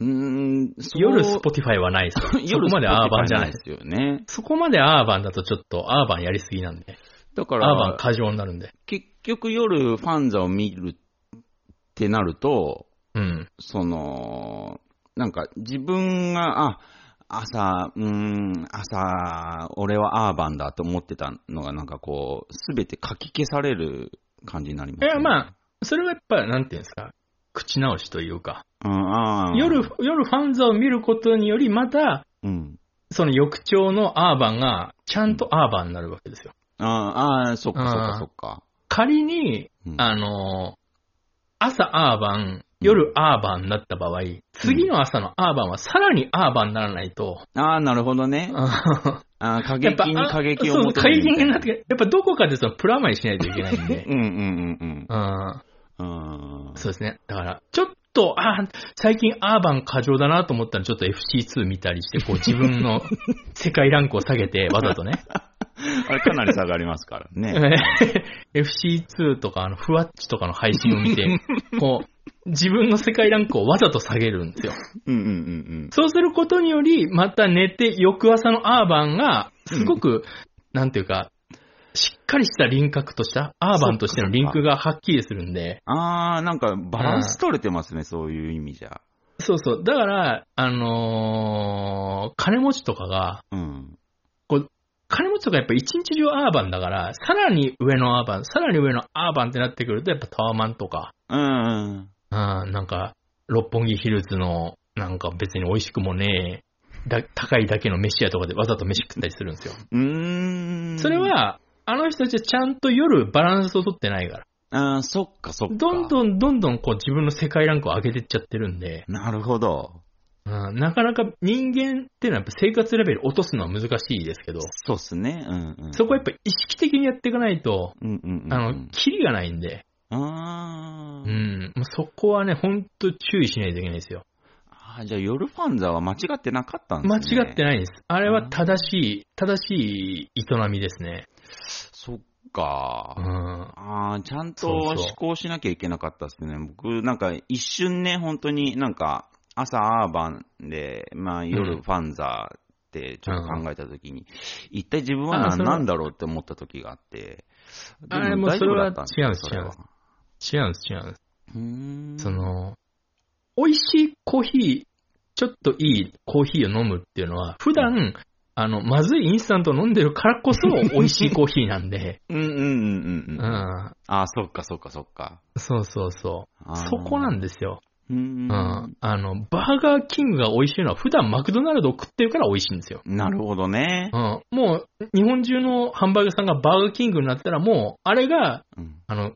Speaker 1: うーん、そう。
Speaker 2: 夜、スポティファイはないです よそこまでアーバンじゃない
Speaker 1: 夜
Speaker 2: です。
Speaker 1: Spotify ですよね。
Speaker 2: そこまでアーバンだとちょっとアーバンやりすぎなんで、
Speaker 1: だか
Speaker 2: アーバン
Speaker 1: ら、
Speaker 2: 過剰になるんで。
Speaker 1: 結局夜ファンザを見るってなると、
Speaker 2: うん。
Speaker 1: その、なんか自分が、あ、朝、うーん、朝、俺はアーバンだと思ってたのが、なんかこう、すべてかき消される感じになります
Speaker 2: いや、まあ、それはやっぱ、なんていうんですか、口直しというか、
Speaker 1: あ、うん、あー
Speaker 2: 夜、、夜ファンザを見ることにより、また、
Speaker 1: うん。
Speaker 2: その翌朝のアーバンが、ちゃんとアーバンになるわけですよ。
Speaker 1: あーあー、そっかそっかそっか。
Speaker 2: 仮に、
Speaker 1: うん
Speaker 2: あの、朝アーバン、夜アーバンだった場合、次の朝のアーバンはさらにアーバンにならないと、
Speaker 1: ああ、なるほどね。ああ、過
Speaker 2: やっぱ
Speaker 1: 激に過激を
Speaker 2: そう
Speaker 1: 求
Speaker 2: 過
Speaker 1: める
Speaker 2: 激
Speaker 1: みた
Speaker 2: に
Speaker 1: い。
Speaker 2: なってくるやっぱどこかでそのプラマイしないといけないんで
Speaker 1: うんうんうん
Speaker 2: うん、
Speaker 1: うん。うん。
Speaker 2: そうですね。だから、ちょっと、あー最近アーバン過剰だなと思ったら、ちょっと FC2 見たりして、こう自分の世界ランクを下げて、わざとね。
Speaker 1: あれかなり下がりますからね。
Speaker 2: FC2 とか、あの、ふわっちとかの配信を見て、こう、自分の世界ランクをわざと下げるんですよ。
Speaker 1: うんうんうん
Speaker 2: そうすることにより、また寝て、翌朝のアーバンが、すごく、なんていうか、しっかりした輪郭とした、アーバンとしての輪郭がはっきりするんで、
Speaker 1: うん。ああ、なんかバランス取れてますね、そういう意味じゃ。
Speaker 2: そうそう。だから、あのー金持ちとかが、
Speaker 1: うん。
Speaker 2: 金持ちとかやっぱ一日中アーバンだから、さらに上のアーバン、さらに上のアーバンってなってくると、やっぱタワマンとか、
Speaker 1: うんうん。
Speaker 2: うん、なんか、六本木ヒルズの、なんか別に美味しくもねえ、だ高いだけの飯屋とかでわざと飯食ったりするんですよ。
Speaker 1: うーん。
Speaker 2: それ、は、あの人たちはちゃんと夜バランスを取ってないから。
Speaker 1: ああ、そっかそっか。
Speaker 2: どんどんどんどんこう自分の世界ランクを上げてっちゃってるんで、
Speaker 1: なるほど。
Speaker 2: うん、なかなか人間ってのはやっぱ生活レベル落とすのは難しいですけど、
Speaker 1: そうっすね。うんうん。
Speaker 2: そこはやっぱ意識的にやっていかないと、
Speaker 1: うんうんうんうん。
Speaker 2: あの、キリがないんで、
Speaker 1: あ
Speaker 2: う
Speaker 1: ー
Speaker 2: ん、もうそこはね、ほんと注意しないといけないですよ。
Speaker 1: あー。じゃあ、夜ファンザは間違ってなかったんで
Speaker 2: 間
Speaker 1: すね。
Speaker 2: 違って
Speaker 1: い。
Speaker 2: ないです。あれは正しい、正しい営みですね。
Speaker 1: そっか。
Speaker 2: うん。
Speaker 1: ああ、ちゃんと
Speaker 2: そうそう
Speaker 1: 思考しなきゃいけなかったですね。僕、なんか一瞬ね、本当になんか、朝アーバンで、まあ夜
Speaker 2: うん
Speaker 1: ファンザーってちょっと考えたときに、一体自分は
Speaker 2: あー
Speaker 1: 何
Speaker 2: それは
Speaker 1: なんだろうって思ったときがあって、
Speaker 2: あーもうそれは
Speaker 1: ですよ
Speaker 2: 違うんです
Speaker 1: それは
Speaker 2: 違違うんです、違うんです。
Speaker 1: うーん。
Speaker 2: その、美味しいコーヒー、ちょっといいコーヒーを飲むっていうのは、普段、あの、まずいインスタントを飲んでるから こそ美味しいコーヒーなんで、
Speaker 1: うんうんうんう
Speaker 2: うん
Speaker 1: うん。あ
Speaker 2: ん。
Speaker 1: あー、そっかそっかそっか。
Speaker 2: そうそうそう。
Speaker 1: あー
Speaker 2: そこなんですよ。
Speaker 1: うー。
Speaker 2: うんん。あの、バーガーキングが美味しいのは、普段マクドナルドを食ってるから美味しいんですよ。
Speaker 1: なるほどね
Speaker 2: う。ん。もう、日本中のハンバーガーさんがバーガーキングになったら、もう、あれが、
Speaker 1: うん、
Speaker 2: あの、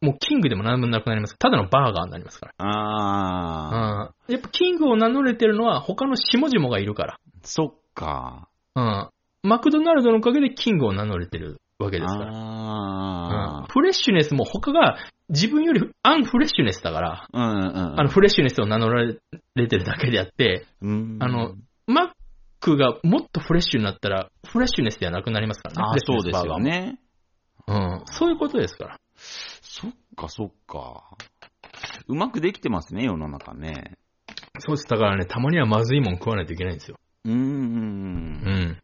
Speaker 2: もうキングでも何もなくなります。ただのバーガーになりますから。
Speaker 1: ああ、
Speaker 2: うん。やっぱキングを名乗れてるのは他の下々がいるか
Speaker 1: そっか。
Speaker 2: ら。うん。マクドナルドのおかげでキングを名乗れてるわけですから。うん
Speaker 1: ああ、。
Speaker 2: フレッシュネスも他が自分よりアンフレッシュネスだから、
Speaker 1: うんうんうん。
Speaker 2: あのフレッシュネスを名乗られてるだけであって、
Speaker 1: うん、
Speaker 2: あのマックがもっとフレッシュになったら、フレッシュネスではなくなりますからね。
Speaker 1: あー
Speaker 2: フレッ
Speaker 1: そ
Speaker 2: シュネ
Speaker 1: う
Speaker 2: ス
Speaker 1: ですよね。
Speaker 2: バーガーも。うん。そういうことですから。
Speaker 1: そっか、そっか。うまくできてますね、世の中ね。
Speaker 2: そうです。だからね、たまにはまずいもん食わないといけないんですよ。
Speaker 1: うー。
Speaker 2: うんん。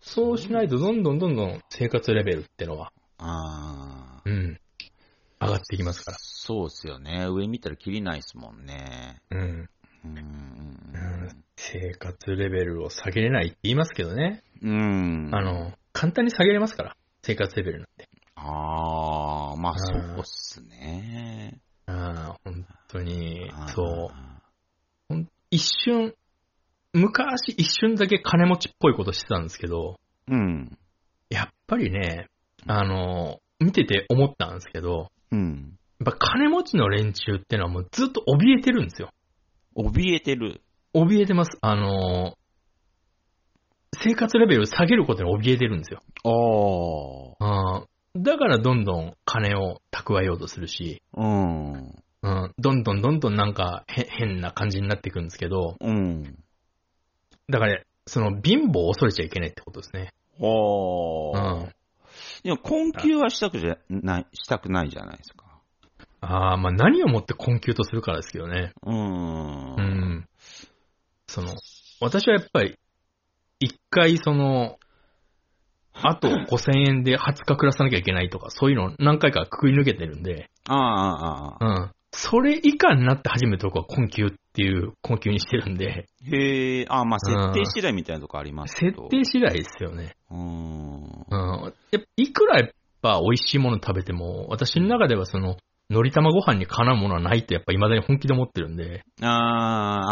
Speaker 2: そうしないと、どんどんどんどん生活レベルってのは、
Speaker 1: ああ。
Speaker 2: うん。上がっていきますか
Speaker 1: そうっすよね。上見たらきりないっすもんね。
Speaker 2: ら。うん。
Speaker 1: うん
Speaker 2: 生活レベルを下げれないって言いますけどね。
Speaker 1: うんうん。うん。
Speaker 2: あの、簡単に下げれますから。生活レベルなんて。
Speaker 1: あーまあ、
Speaker 2: ん
Speaker 1: そうっすね。
Speaker 2: ああ、本当に
Speaker 1: あー、
Speaker 2: そう。一瞬、昔一瞬だけ金持ちっぽいことしてたんですけど、
Speaker 1: うん。
Speaker 2: やっぱりね、あの、見てて思ったんですけど、
Speaker 1: うん。
Speaker 2: やっぱ金持ちの連中ってのはもうずっと怯えてるんですよ。
Speaker 1: 怯えてる。
Speaker 2: 怯えてます。あの、生活レベルを下げることに怯えてるんですよ。
Speaker 1: ああ。
Speaker 2: あーだからどんどん金を蓄えようとするし、
Speaker 1: うん。
Speaker 2: うん、どんどんどんどんなんかへ変な感じになっていくんですけど、
Speaker 1: うん。
Speaker 2: だから、その貧乏を恐れちゃいけないってことですね。
Speaker 1: はあ。
Speaker 2: うん。
Speaker 1: でも困窮はしたくじゃない、したくないじゃないですか。
Speaker 2: ああ、まあ何をもって困窮とするからですけどね。
Speaker 1: うーん。
Speaker 2: う。ん。その、私はやっぱり、一回その、あと5000円で20日暮らさなきゃいけないとか、そういうのを何回かくくり抜けてるんで、
Speaker 1: ああ、ああ
Speaker 2: う。ん。それ以下になって初めて僕は困窮っていう困窮にしてるんで、
Speaker 1: へえ、あまあ
Speaker 2: う
Speaker 1: 設
Speaker 2: ん
Speaker 1: 定次第みたいなとこありますけ
Speaker 2: 設
Speaker 1: ど。
Speaker 2: 定次第ですよね。
Speaker 1: うーん。
Speaker 2: うん。やっぱいくらやっぱ美味しいもの食べても、私の中ではその、のり玉ご飯にかなうものはないってやっぱ未だに本気で思ってるんで、
Speaker 1: あー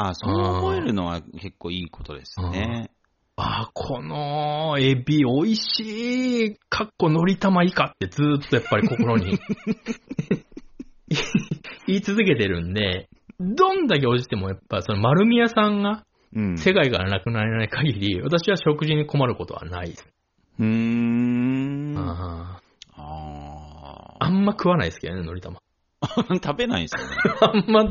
Speaker 1: あー、そう思えるのは結構いいことですね。
Speaker 2: あー、このエビ美味しい、かっこのり玉以下ってずーっとやっぱり心に 言い続けてるんで、どんだけ落ちてもやっぱその丸宮さんが
Speaker 1: うん。
Speaker 2: 世界からなくならない限り、私は食事に困ることはないです。
Speaker 1: うーん。あ
Speaker 2: あー
Speaker 1: あ
Speaker 2: あんま 食わないですけどね、のり玉。
Speaker 1: ー。 食べないですよね。
Speaker 2: あんま、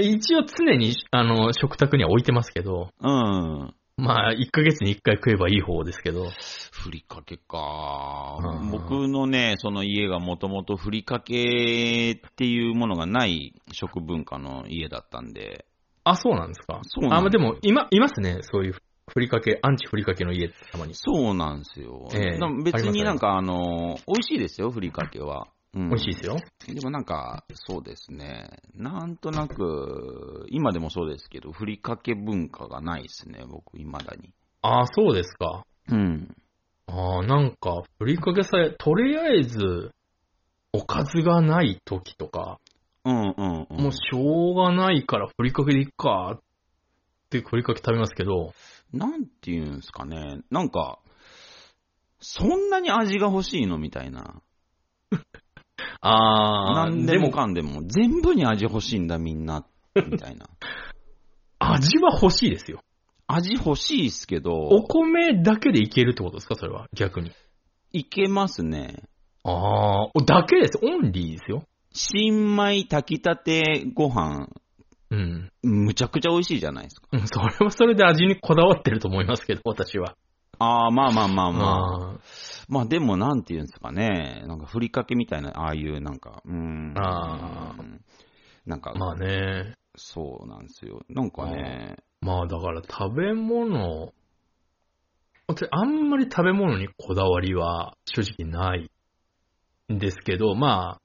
Speaker 2: 一応常にあの食卓には置いてますけど、
Speaker 1: うん。
Speaker 2: まあ1ヶ月に1回食えばいい方ですけど、
Speaker 1: ふりかけか
Speaker 2: う。ん
Speaker 1: 僕のね、その家がもともとふりかけっていうものがない食文化の家だったんで。
Speaker 2: あ、そうなんですか。
Speaker 1: そうなん
Speaker 2: あ、まあ
Speaker 1: です
Speaker 2: でも、今、いますね。そう いう、ふりかけ、アンチふりかけの家、たまに。
Speaker 1: そうなんですよ。
Speaker 2: ええ
Speaker 1: な別になんかあの、美味しいですよ、ふりかけは。うん、
Speaker 2: 美味しいですよ。
Speaker 1: でもなんか、そうですね。なんとなく、今でもそうですけど、ふりかけ文化がないですね、僕、未だに。
Speaker 2: あ、そうですか。
Speaker 1: うん。
Speaker 2: あーなんか、ふりかけさえ、とりあえず、おかずがない時とか、
Speaker 1: うんうんうん。
Speaker 2: もうしょうがないからふりかけでいっか、ってふりかけ食べますけど、
Speaker 1: なんていうんですかね。なんか、そんなに味が欲しいのみたいな。な
Speaker 2: あ
Speaker 1: ん
Speaker 2: ー
Speaker 1: で
Speaker 2: で
Speaker 1: も
Speaker 2: も、
Speaker 1: かんでも、全部に味欲しいんだ、みんな。みたいな。
Speaker 2: 味は欲しいですよ。
Speaker 1: 味欲しいっすけど、
Speaker 2: お米だけでいけるってことですかそれは、逆に。
Speaker 1: いけますね。
Speaker 2: あーおだけです。オンリーですよ。
Speaker 1: 新米炊きたてご飯、
Speaker 2: うん。
Speaker 1: むちゃくちゃ美味しいじゃないですか。
Speaker 2: うんそれはそれで味にこだわってると思いますけど、私は。
Speaker 1: ああ、まあまあまあまあ。
Speaker 2: あ
Speaker 1: まあでも、なんていうんですかね。なんか、ふりかけみたいな、ああいう、なんか、うーん。
Speaker 2: あ
Speaker 1: なんか
Speaker 2: ー、まあね。
Speaker 1: そうなんですよ。なんかね、
Speaker 2: まあだから食べ物、私あんまり食べ物にこだわりは正直ないんですけど、まあ、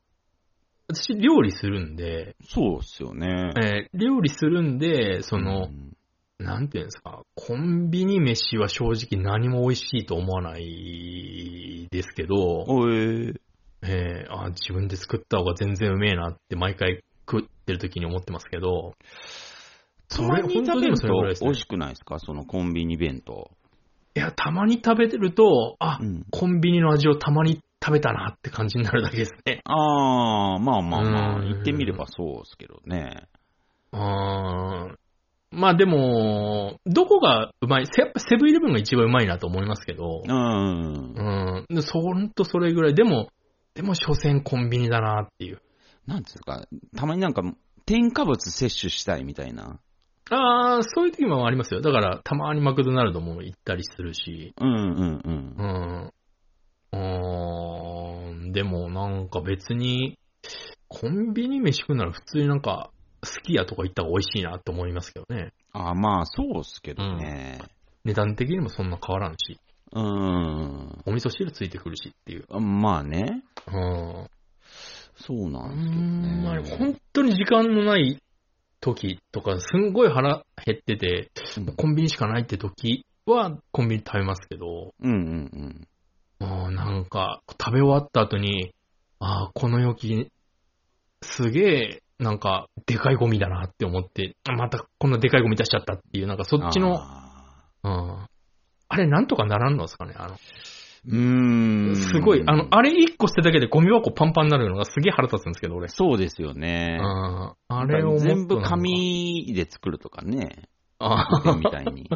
Speaker 2: 私料理するんで、
Speaker 1: そうっすよね。
Speaker 2: えー料理するんで、そ
Speaker 1: う
Speaker 2: の、
Speaker 1: ん
Speaker 2: なんていうんですか、コンビニ飯は正直何も美味しいと思わないですけど、
Speaker 1: おえ
Speaker 2: えー、あ自分で作った方が全然うめえなって毎回食ってる時に思ってますけど、
Speaker 1: たまに
Speaker 2: そ
Speaker 1: 食べる
Speaker 2: れ本当にそれぐらいで
Speaker 1: と
Speaker 2: すね
Speaker 1: 美味しくないですかそのコンビニ弁当。
Speaker 2: いや、たまに食べてると、あ、
Speaker 1: うん
Speaker 2: コンビニの味をたまに食べたなって感じになるだけですね。
Speaker 1: ああ、まあまあまあ、
Speaker 2: うん
Speaker 1: 言ってみればそうっすけどね。
Speaker 2: うーん。まあでも、どこがうまい、せやっぱセブンイレブンが一番うまいなと思いますけど
Speaker 1: う、ん
Speaker 2: う。ん。で、そんとそれぐらい。でも、でも、所詮コンビニだなっていう。
Speaker 1: なんですか、たまになんか、添加物摂取したいみたいな。
Speaker 2: ああ、そういう時もありますよ。だから、たまにマクドナルドも行ったりするし、
Speaker 1: うんうんうん
Speaker 2: う。ん。うーん、でもなんか別に、コンビニ飯食うなら普通になんか、すき家とか行った方が美味しいなって思いますけどね。
Speaker 1: あまあ、そうっすけどね。
Speaker 2: 値段的にもそんな変わらんし、
Speaker 1: うん。
Speaker 2: お味噌汁ついてくるしっていう。
Speaker 1: まあね。
Speaker 2: うん。
Speaker 1: そうな
Speaker 2: あ
Speaker 1: ん
Speaker 2: んま
Speaker 1: で
Speaker 2: り
Speaker 1: すけどね。
Speaker 2: 本当に時間のない時とか、すんごい腹減ってて、
Speaker 1: うん
Speaker 2: コンビニしかないって時はコンビニ食べますけど、
Speaker 1: うんうん
Speaker 2: もうなんか、食べ終わった後に、ああ、この容器、すげえ、なんか、でかいゴミだなって思って、あまたこんなでかいゴミ出しちゃったっていう、なんかそ
Speaker 1: うん。
Speaker 2: っちの、
Speaker 1: あ
Speaker 2: うん。あれなんとかならんのですかねあ
Speaker 1: ーうー
Speaker 2: の、
Speaker 1: ん。
Speaker 2: すごい、あの、あれ一個捨てただけでゴミ箱パンパンになるのがすげえ腹立つんですけど、俺。
Speaker 1: そうですよ
Speaker 2: う
Speaker 1: ね。
Speaker 2: ん。あれをもっとなんか
Speaker 1: 全部。紙で作るとかね。
Speaker 2: あ
Speaker 1: 見てみたい に。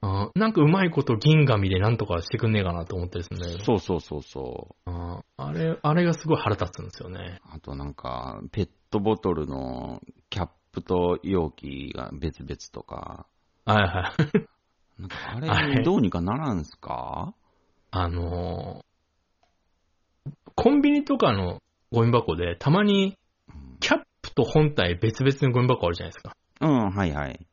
Speaker 2: あなんかうまいこと銀紙でなんとかしてくんねえかなと思ったりするんだけど。
Speaker 1: そうそうそうそう。
Speaker 2: うんあれ、あれがすごい腹立つんですよね。
Speaker 1: あとなんか、ペットボトルのキャップと容器が別々とか。
Speaker 2: はいはい。
Speaker 1: なんかあれ、どうにかならんすか
Speaker 2: あのーコンビニとかのゴミ箱で、たまに
Speaker 1: うん
Speaker 2: キャップと本体別々のゴミ箱あるじゃないですか。
Speaker 1: うん、はいはい。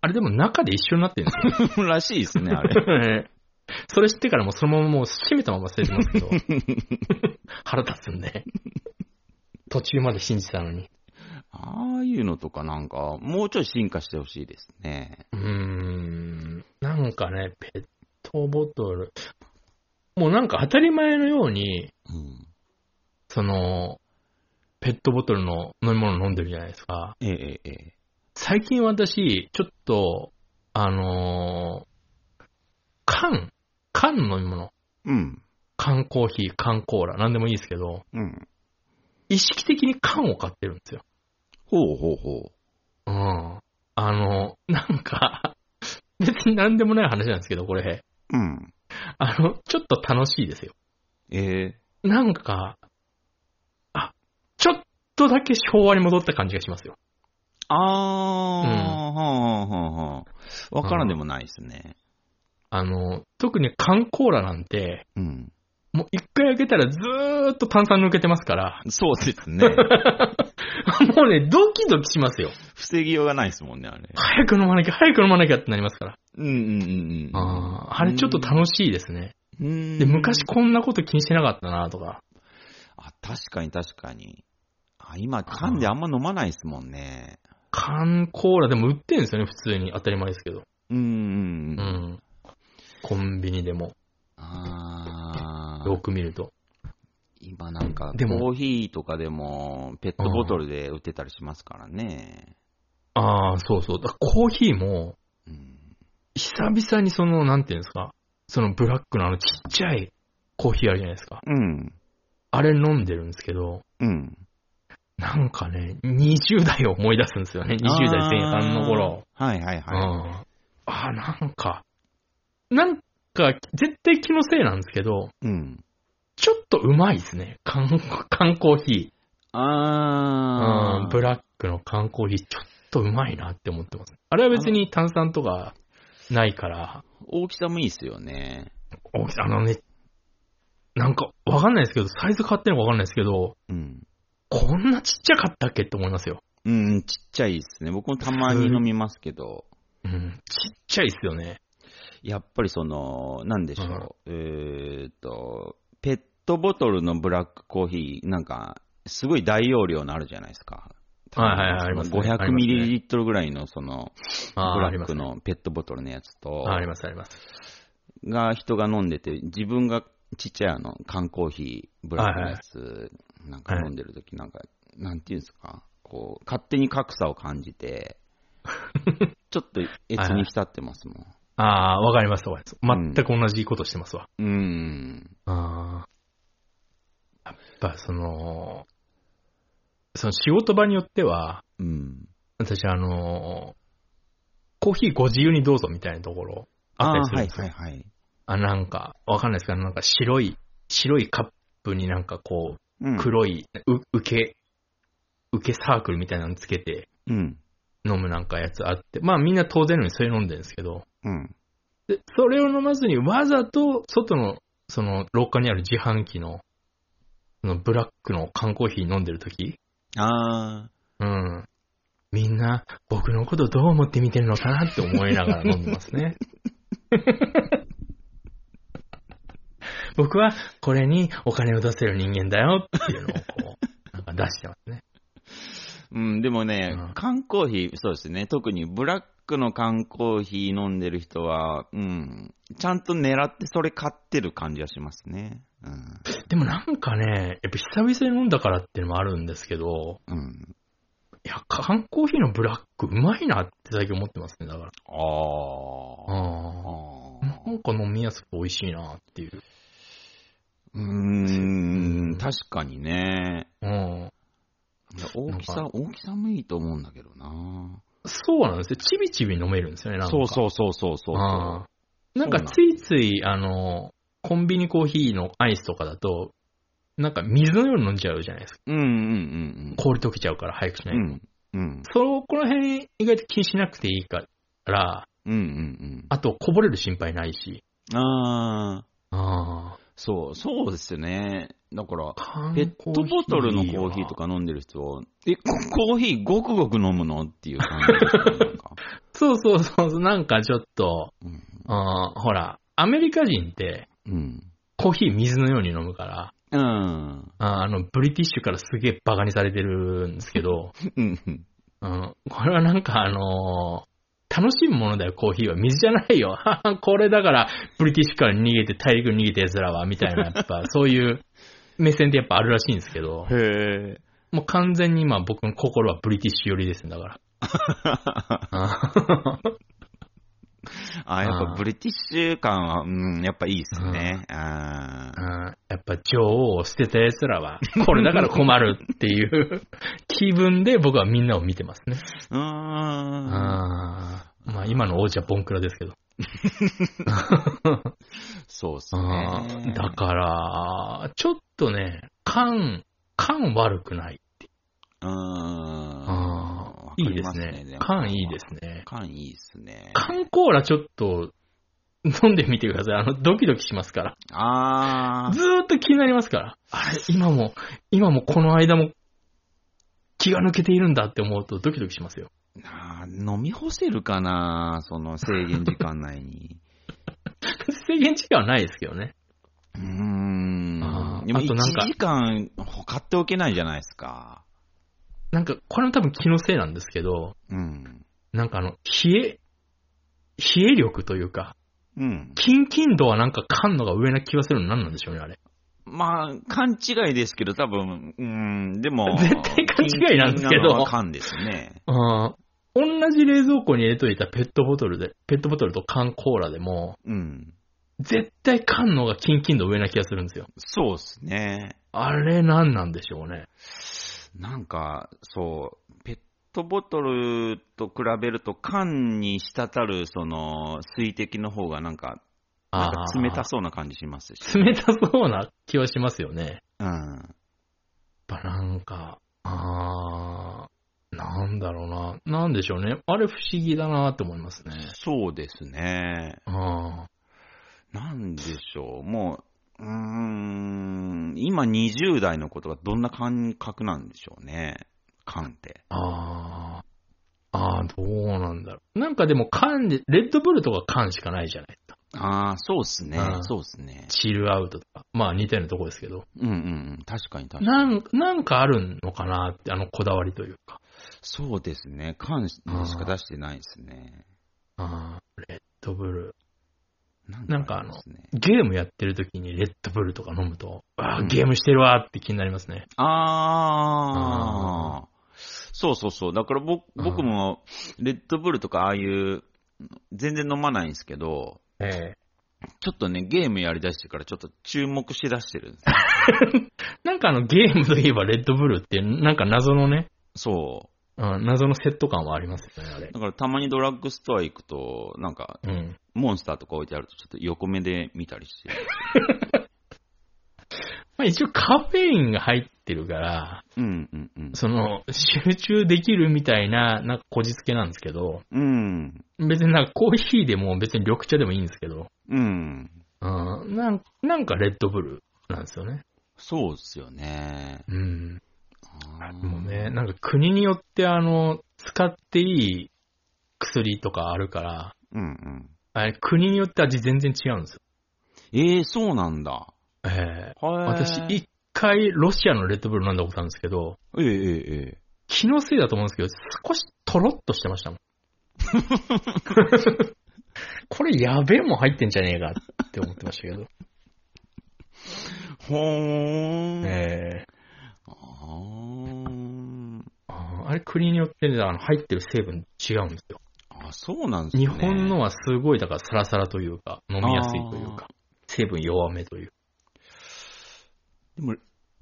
Speaker 2: あれでも中で一緒になってるんです
Speaker 1: らしいですね、あれ。
Speaker 2: よ。それ知ってからもうそのままもう閉めたまま捨ててます けど。腹立つんで。途中まで信じてたのに。
Speaker 1: ああいうのとかなんか、もうちょい進化してほしいですね。
Speaker 2: うーん。なんかね、ペットボトル。もうなんか当たり前のように、
Speaker 1: うん。
Speaker 2: その、ペットボトルの飲み物飲んでるじゃないですか。
Speaker 1: ええ、ええ。
Speaker 2: 最近私、ちょっと、あのー缶、缶の飲み物。
Speaker 1: うん。
Speaker 2: 缶コーヒー、缶コーラ、なんでもいいですけど、
Speaker 1: うん。
Speaker 2: 意識的に缶を買ってるんですよ。
Speaker 1: ほうほうほ
Speaker 2: うん。あの、なんか、 別になんでもない話なんですけど、これ。
Speaker 1: う。うん。
Speaker 2: あの、ちょっと楽しいですよ。
Speaker 1: え
Speaker 2: なんか、あ、ちょっとだけ昭和に戻った感じがしますよ。
Speaker 1: ー、あー、はあはあはあ。わからんでもないですね。
Speaker 2: あの、特に缶コーラなんて、
Speaker 1: うん。
Speaker 2: もう一回開けたらずーっと炭酸抜けてますから、
Speaker 1: そうです ね。
Speaker 2: もうね、ドキドキしますよ。
Speaker 1: 防ぎようがないですもんね、あれ。
Speaker 2: 早く飲まなきゃ、早く飲まなきゃってなりますから。
Speaker 1: うんうんうんうん。
Speaker 2: あーあれちょっと楽しいですね。
Speaker 1: うん
Speaker 2: で、昔こんなこと気にしてなかったなとか。
Speaker 1: あ、確かに確かに。あ、今、缶であんま飲まないですもんね。
Speaker 2: 缶コーラでも売ってんですよね、普通に。当たり前ですけど。
Speaker 1: うんうん
Speaker 2: う
Speaker 1: うん。
Speaker 2: ん。コンビニでも、
Speaker 1: あー
Speaker 2: よく見ると。
Speaker 1: 今なんか、
Speaker 2: でも
Speaker 1: コーヒーとかでも、ペットボトルで売ってたりしますからね。
Speaker 2: ああ、そうそう。だからコーヒーも、
Speaker 1: うん。
Speaker 2: 久々にその、なんていうんですか。そのブラックのあのちっちゃいコーヒーあるじゃないですか。
Speaker 1: うん。
Speaker 2: あれ飲んでるんですけど、
Speaker 1: うん。
Speaker 2: なんかね、20代を思い出すんですよね。20代前半の頃。
Speaker 1: あー。はいはいはい。
Speaker 2: うん。ああ、なんか、なんか、絶対気のせいなんですけど、
Speaker 1: うん。
Speaker 2: ちょっとうまいですね。缶、缶コーヒー。う
Speaker 1: あ
Speaker 2: ん。
Speaker 1: ー
Speaker 2: ブラックの缶コーヒー、ちょっとうまいなって思ってます。あれは別に炭酸とかないから、
Speaker 1: 大きさもいいっすよね。
Speaker 2: 大きさ、あのね、なんかわかんないですけど、サイズ変わってるのかわかんないですけど、
Speaker 1: うん。
Speaker 2: こんなちっちゃかったっけって思いますよ。
Speaker 1: うん、ちっちゃいっすね。僕もたまに飲みますけど、
Speaker 2: うん。ちっちゃいっすよね。
Speaker 1: やっぱりその、なんでしょう。えーっと、ペットボトルのブラックコーヒー、なんか、すごい大容量のあるじゃないですか。
Speaker 2: はいはいはいありますね
Speaker 1: 500
Speaker 2: あります
Speaker 1: ミ
Speaker 2: ね
Speaker 1: リリットルぐらいのその、ブ
Speaker 2: ああ、
Speaker 1: ラ
Speaker 2: あり
Speaker 1: ッ
Speaker 2: ま
Speaker 1: ク
Speaker 2: す、ね。
Speaker 1: のペットボトルのやつと
Speaker 2: あ、あります、あります。
Speaker 1: が人が飲んでて、自分がちっちゃいあの缶コーヒー、ブラックのやつなんか飲んでるとき、なんか、なんていうんですか、こう、勝手に格差を感じ て、ちょっと越に浸ってますもん。
Speaker 2: ああ、わかります、わかります。全く同じことしてますわ。
Speaker 1: うん。
Speaker 2: ああ。やっぱその、その仕事場によっては、
Speaker 1: うん。
Speaker 2: 私あの、コーヒーご自由にどうぞみたいなところあったりするん
Speaker 1: は
Speaker 2: で
Speaker 1: い
Speaker 2: すよ。
Speaker 1: はいはい。
Speaker 2: あなんか、わかんないですけど、なんか白い、白いカップになんかこ
Speaker 1: う
Speaker 2: う、
Speaker 1: ん。
Speaker 2: 黒い、う受け、受けサークルみたいなのつけて
Speaker 1: うん。
Speaker 2: 飲むなんかやつあって、まあみんな当然のようにそれ飲んでるんですけど、
Speaker 1: うん。
Speaker 2: で、それを飲まずにわざと外の、その廊下にある自販機の、そのブラックの缶コーヒー飲んでるとき、
Speaker 1: あ
Speaker 2: うん。みんな僕のことどう思って見てるのかなって思いながら飲んでますね。僕はこれにお金を出せる人間だよっていうのをこう、なんか出してますね。
Speaker 1: ー。うん、でもね、
Speaker 2: うん
Speaker 1: 缶コーヒー、そうですね、特にブラックの缶コーヒー飲んでる人は、うん、ちゃんと狙ってそれ買ってる感じはしますね。うん。
Speaker 2: でもなんかね、やっぱ久々に飲んだからっていうのもあるんですけど、
Speaker 1: うん。
Speaker 2: いや、缶コーヒーのブラックうまいなって最近思ってますね、だから。
Speaker 1: ああ
Speaker 2: ああ。なんか飲みやすく美味しいなっていう。
Speaker 1: うーん、確かにね。
Speaker 2: うん。
Speaker 1: 大きさ、大きさもいいと思うんだけどな。
Speaker 2: そうなんですよ。ちびちび飲めるんですよね、なんか。
Speaker 1: そう
Speaker 2: う
Speaker 1: そうそうそうそう。
Speaker 2: ああなんかついつい、あの、コンビニコーヒーのアイスとかだと、なんか水のように飲んじゃうじゃないですか。
Speaker 1: うんうん
Speaker 2: 氷溶けちゃうから早くし
Speaker 1: うん
Speaker 2: な
Speaker 1: う
Speaker 2: いと。
Speaker 1: ん。うん。うん
Speaker 2: そこら辺意外と気にしなくていいから、
Speaker 1: うんうん
Speaker 2: あとこぼれる心配ないし。
Speaker 1: うん。ああ、
Speaker 2: あ
Speaker 1: そう、そうですね。だから、
Speaker 2: あ
Speaker 1: ペットボトルのコーヒーと。か飲んでる人は、え、ココーヒーごくごく飲むのっていう感じですよねなんか。
Speaker 2: そうそうそうそう、なんかちょっと、
Speaker 1: うん。
Speaker 2: あーほら、アメリカ人って
Speaker 1: うん。
Speaker 2: コーヒー水のように飲むから、
Speaker 1: うん。
Speaker 2: あーあの、ブリティッシュからすげえバカにされてるんですけど、
Speaker 1: うん。
Speaker 2: うん、これはなんかあのー楽しむものだよ、コーヒーは。水じゃないよ。 ははこれだから、ブリティッシュから逃げて、大陸に逃げて奴らは、みたいな、やっ ぱ、そういう目線ってやっぱあるらしいんですけど、
Speaker 1: へえ。
Speaker 2: もう完全に今僕 の心はブリティッシュ寄りですね、だから。あー
Speaker 1: あやっ
Speaker 2: う
Speaker 1: ぱ
Speaker 2: ん
Speaker 1: ブリティッシュ感は、うん、やっぱいいっすね。あー
Speaker 2: うんやっぱ女王を捨てた奴らは、これだから困るっていう 気分で僕はみんなを見てますね。
Speaker 1: うーん。
Speaker 2: あーまあ今の王者ボンク ラですけど。
Speaker 1: そうっす
Speaker 2: あー
Speaker 1: ね。
Speaker 2: だから、ちょっとね、感、感悪くない。
Speaker 1: うーん。
Speaker 2: あ
Speaker 1: わか
Speaker 2: ーいい
Speaker 1: り
Speaker 2: で
Speaker 1: ますす
Speaker 2: ね。
Speaker 1: ね
Speaker 2: 缶いいですね。
Speaker 1: 缶いいっすね。
Speaker 2: 缶コーラちょっと飲んでみてください。あの、ドキドキしますから。
Speaker 1: あー
Speaker 2: ずーっと気になりますから。あれ、今も、今もこの間も気が抜けているんだって思うとドキドキしますよ。
Speaker 1: あー。飲み干せるかなその制限時間内に。
Speaker 2: 制限時間はないですけどね。
Speaker 1: うーん
Speaker 2: あ。ー
Speaker 1: でも
Speaker 2: あ
Speaker 1: 1
Speaker 2: となんか
Speaker 1: 時間買っておけないじゃないですか。
Speaker 2: なんか、これも多分気のせいなんですけど、
Speaker 1: うん。
Speaker 2: なんかあの、冷え、冷え力というか、
Speaker 1: うん。
Speaker 2: キンキン度はなんか感のが上な気がするの何なんでしょうね、あれ。
Speaker 1: まあ、勘違いですけど、多分、うん、でも。
Speaker 2: 絶対勘違いなんですけ
Speaker 1: キンキン
Speaker 2: ど
Speaker 1: なのは勘ですね。
Speaker 2: ああ。同じ冷蔵庫に入れといたペットボトルで、ペットボトルと缶コーラでも、
Speaker 1: うん。
Speaker 2: 絶対缶の方がキンキン度上な気がするんですよ。
Speaker 1: そうですね。
Speaker 2: あれ何なんでしょうね。
Speaker 1: なんか、そう、ペットボトルと比べると、缶に滴る、その、水滴の方がなんか、なんか冷たそうな感じしますし。
Speaker 2: う。冷たそうな気はしますよね。
Speaker 1: うん。
Speaker 2: やっぱなんか、あー、なんだろうな。なんでしょうね。あれ不思議だなって思いますね。
Speaker 1: そうですね。
Speaker 2: あ
Speaker 1: なんでしょう。もう、うーん、今20代のことがどんな感覚なんでしょうね。缶って。
Speaker 2: ー、あー、あー、どうなんだろう。なんかでも缶で、レッドブルとか缶しかないじゃないですか。
Speaker 1: ああ、そうっすね
Speaker 2: う。ん
Speaker 1: そうっすね。
Speaker 2: チルアウトとか。まあ似たようなとこですけど。
Speaker 1: うんうんうん。確かに確かに。
Speaker 2: なん、なんかあるのかなって、あのこだわりというか。
Speaker 1: そうですね。缶しか出してないですね。
Speaker 2: あーレッドブル。
Speaker 1: なんかありますね、
Speaker 2: ゲームやってる時にレッドブルとか飲むと、あーゲームしてるわーって気になりますね。
Speaker 1: ああ。そうそうそう。だから僕
Speaker 2: うん
Speaker 1: 僕も、レッドブルとかああいう、全然飲まないんですけど、
Speaker 2: ええ。
Speaker 1: ちょっとね、ゲームやりだしてからちょっと注目しだしてるんです よ
Speaker 2: なんかあのゲームといえばレッドブルって、なんか謎のね、
Speaker 1: そ
Speaker 2: うん、謎のセット感はありますよね、あれ
Speaker 1: う。。だからたまにドラッグストア行くと、なんか、
Speaker 2: うん。
Speaker 1: モンスターとか置いてあるとちょっと横目で見たり して。
Speaker 2: まあ一応カフェインが入ってるから、
Speaker 1: うんうんうん。
Speaker 2: その、集中できるみたいな、なんかこじつけなんですけど、
Speaker 1: うん。
Speaker 2: 別になんかコーヒーでも別に緑茶でもいいんですけど、
Speaker 1: うん。
Speaker 2: うん、なんなんかレッドブルなんですよね。
Speaker 1: そうっすよね。
Speaker 2: うん。
Speaker 1: あー
Speaker 2: もうね、なんか国によってあの、使っていい薬とかあるから、
Speaker 1: うんうん。
Speaker 2: あれ国によって味全然違うんですよ。
Speaker 1: ええそうなんだ。
Speaker 2: ええ私、
Speaker 1: い
Speaker 2: 一回ロシアのレッドブル飲んだことあるんですけど、
Speaker 1: ええええええ
Speaker 2: 気のせいだと思うんですけど、少しトロッとして ましたもん。これやべえもん入ってんじゃねえかって思ってましたけど。
Speaker 1: ほーん。
Speaker 2: ええ
Speaker 1: あー
Speaker 2: あーあれ国によってね、あの入ってる成分違うんですよ。
Speaker 1: あ、そうなんですね。
Speaker 2: 日本のはすごい、だからサラサラというか、飲みやすいというか、成分弱めという
Speaker 1: でも、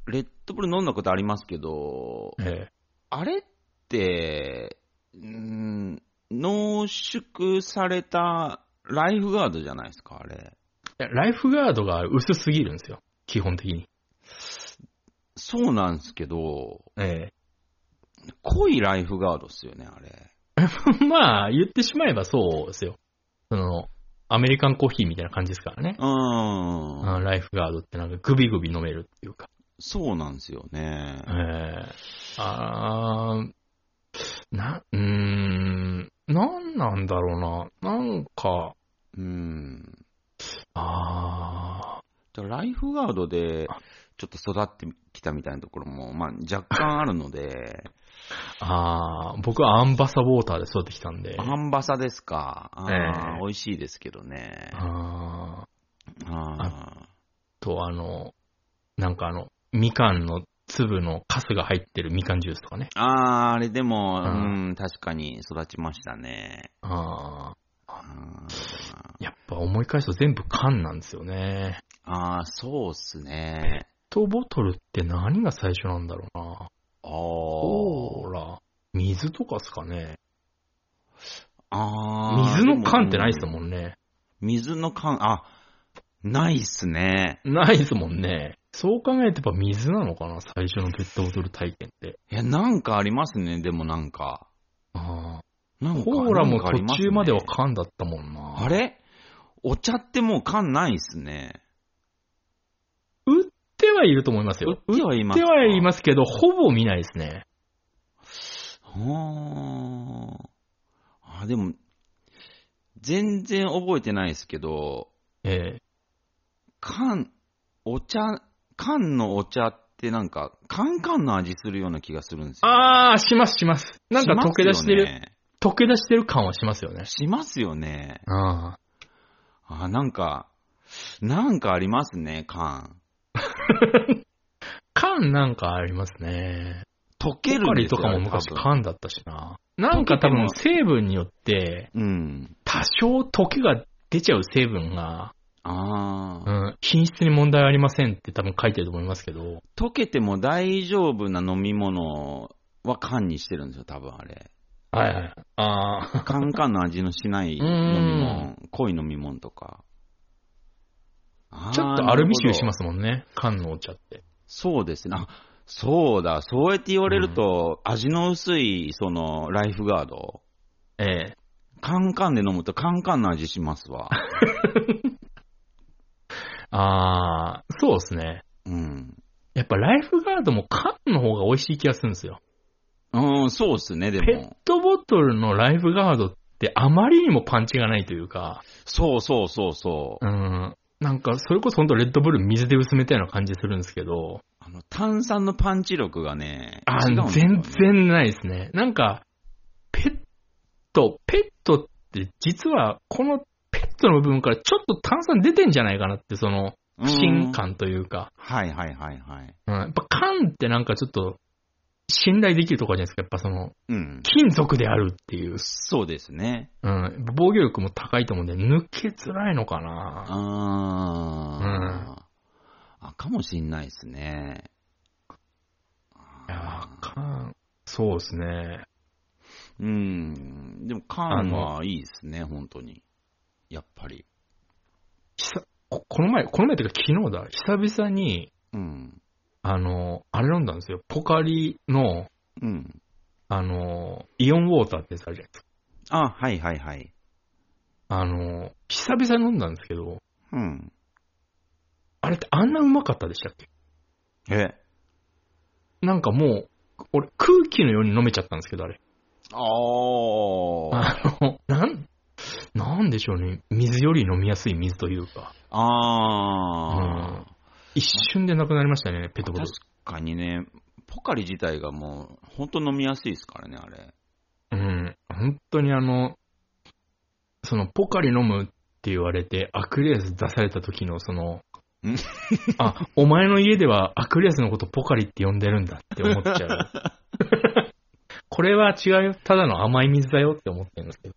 Speaker 1: レッドブル飲んだことありますけど、
Speaker 2: か。ええ
Speaker 1: あれって、うーん、濃縮されたライフガードじゃないですか、あれ。
Speaker 2: いやライフガードが薄すぎるんですよ。基本的に。
Speaker 1: そうなんですけど、
Speaker 2: え
Speaker 1: 濃いライフガードっすよね、あれ。
Speaker 2: え まあ、言ってしまえばそうですよ。その、アメリカンコーヒーみたいな感じですからね。
Speaker 1: うーん。
Speaker 2: あーライフガードってなんかグビグビ飲めるっていうか。
Speaker 1: そうなんですよね
Speaker 2: え。えあーな、うーん、なんなんだろうな。なんか、
Speaker 1: うん。
Speaker 2: あ
Speaker 1: だからライフガードで、ちょっと育ってきたみたいなところも、まあ、若干あるので、
Speaker 2: ーあー、僕はアンバサウォーターで育ってきたんで。
Speaker 1: アンバサですか。あー
Speaker 2: ええ
Speaker 1: 美味しいですけどね。
Speaker 2: あー
Speaker 1: あ
Speaker 2: と、あの、なんかあの、みかんの粒のカスが入ってるみかんジュースとかね。
Speaker 1: ーあー、あれでも、
Speaker 2: う
Speaker 1: うん、確かに育ちましたね。
Speaker 2: あー
Speaker 1: あー
Speaker 2: ぱ思い返すと全部缶なんですよね。
Speaker 1: ああ、そうっすね。
Speaker 2: ペットボトルって何が最初なんだろうな。
Speaker 1: あ
Speaker 2: ほ
Speaker 1: ー
Speaker 2: ら、水とかっすかね。
Speaker 1: あー。
Speaker 2: 水の缶ってないっす
Speaker 1: ん。
Speaker 2: もんね。
Speaker 1: 水の缶、あ、ないっすね。
Speaker 2: ないっすもんね。そう考えてやっぱ水なのかな、最初のペットボトル体験って。
Speaker 1: いや、なんかありますね、でもなんか。
Speaker 2: あ
Speaker 1: な
Speaker 2: あ。
Speaker 1: んか
Speaker 2: コーラも
Speaker 1: なんかあり
Speaker 2: 途
Speaker 1: すね
Speaker 2: 中までは缶だったもんな。
Speaker 1: あれお茶ってもう缶ないっすね。
Speaker 2: 売ってはいると思います
Speaker 1: 売
Speaker 2: よ。
Speaker 1: ってはい
Speaker 2: 売
Speaker 1: ま
Speaker 2: っ
Speaker 1: す
Speaker 2: て
Speaker 1: か。
Speaker 2: はいますけど、ほぼ見ないですね。
Speaker 1: はーあ、でも、全然覚えてないですけど、
Speaker 2: ええ
Speaker 1: 缶、お茶、缶のお茶ってなんか、カンカンの味するような気がするんですよ。
Speaker 2: ああ、しますします。なんか
Speaker 1: しますよ
Speaker 2: 溶け出してる、
Speaker 1: ね
Speaker 2: 溶け出してる感はしますよね。
Speaker 1: しますよね。
Speaker 2: ああ。
Speaker 1: あ、なんか、なんかありますね、缶。
Speaker 2: 缶なんかありますね。
Speaker 1: 溶け
Speaker 2: ポ
Speaker 1: る
Speaker 2: カ
Speaker 1: んで
Speaker 2: リ
Speaker 1: すよ
Speaker 2: とかも昔
Speaker 1: あれ多分
Speaker 2: 缶だったしな。なんか多分成分によって、
Speaker 1: うん。
Speaker 2: 多少溶けが出ちゃう成分が、
Speaker 1: あ
Speaker 2: う
Speaker 1: あ、
Speaker 2: ん、品質に問題ありませんって多分書いてると思いますけど、
Speaker 1: 溶けても大丈夫な飲み物は缶にしてるんですよ、多分あれ。
Speaker 2: はいはい。ああ、
Speaker 1: カンカンの味のしない飲み物、濃い飲み物とか。あー。
Speaker 2: ちょっとアルミ臭しますすもんね。缶のお茶って。
Speaker 1: そうですね。あ、そうだ。そうやって言われると、味の薄い、その、ライフガード。
Speaker 2: ええ。
Speaker 1: カンカンで飲むとカンカンの味します わ。
Speaker 2: ああ、そうですね。
Speaker 1: うん。
Speaker 2: やっぱライフガードも缶の方が美味しい気がするんですよ。
Speaker 1: うん、そうっすね、で
Speaker 2: ペッ
Speaker 1: も。
Speaker 2: トボトルのライフガードってあまりにもパンチがないというか、
Speaker 1: そうそうそうそう。
Speaker 2: うん、なんかそれこそ本当レッドブル水で薄めたような感じするんですけど、
Speaker 1: あの、炭酸のパンチ力がね、
Speaker 2: あ
Speaker 1: 違うん
Speaker 2: ー、
Speaker 1: ですよね
Speaker 2: 全。然ないですね。なんか、ペット、ペットって実はこのペットの部分からちょっと炭酸出てんじゃないかなって、その不信
Speaker 1: うん。
Speaker 2: 感というか、
Speaker 1: はいはいはいはい。
Speaker 2: うん、やっぱ缶ってなんかちょっと信頼できるとかじゃないですか、やっぱその
Speaker 1: うん。
Speaker 2: 金属であるっていう。
Speaker 1: そうですね。
Speaker 2: うん、防御力も高いと思うんで、抜けづらいのかな。
Speaker 1: あーあ、かもしんないですね。
Speaker 2: いや、わかん。そうですね。
Speaker 1: うん。でも、缶はいいですね、本当に。やっぱり。
Speaker 2: 久ここの前、この前っていうか昨日だ、久々に、
Speaker 1: うん。
Speaker 2: あの、あれ飲んだんですよ。ポカリの、
Speaker 1: うん。
Speaker 2: あの、イオンウォーターってやつあるじゃないですか。
Speaker 1: あ、はいはいはい。
Speaker 2: あの、久々に飲んだんですけど、
Speaker 1: うん。
Speaker 2: あれってあんなうまかったでしたっけ
Speaker 1: え
Speaker 2: なんかもう、俺空気のように飲めちゃったんですけど、あれ。
Speaker 1: あー。
Speaker 2: あの、なん、なんでしょうね。水より飲みやすい水というか。う
Speaker 1: あ
Speaker 2: ん一瞬でなくなりましたね、ペット
Speaker 1: ー。
Speaker 2: ボト
Speaker 1: 確
Speaker 2: ル。
Speaker 1: かにね、ポカリ自体がもう、本当飲みやすいですからね、あれ。
Speaker 2: うん。本当にあの、その、ポカリ飲むって言われて、アクリアス出された時の、その
Speaker 1: ん、
Speaker 2: あ、お前の家ではアクリアスのことポカリって呼んでるんだって思っち ゃう。これは違うよ。ただの甘い水だよって思ってるんですけど。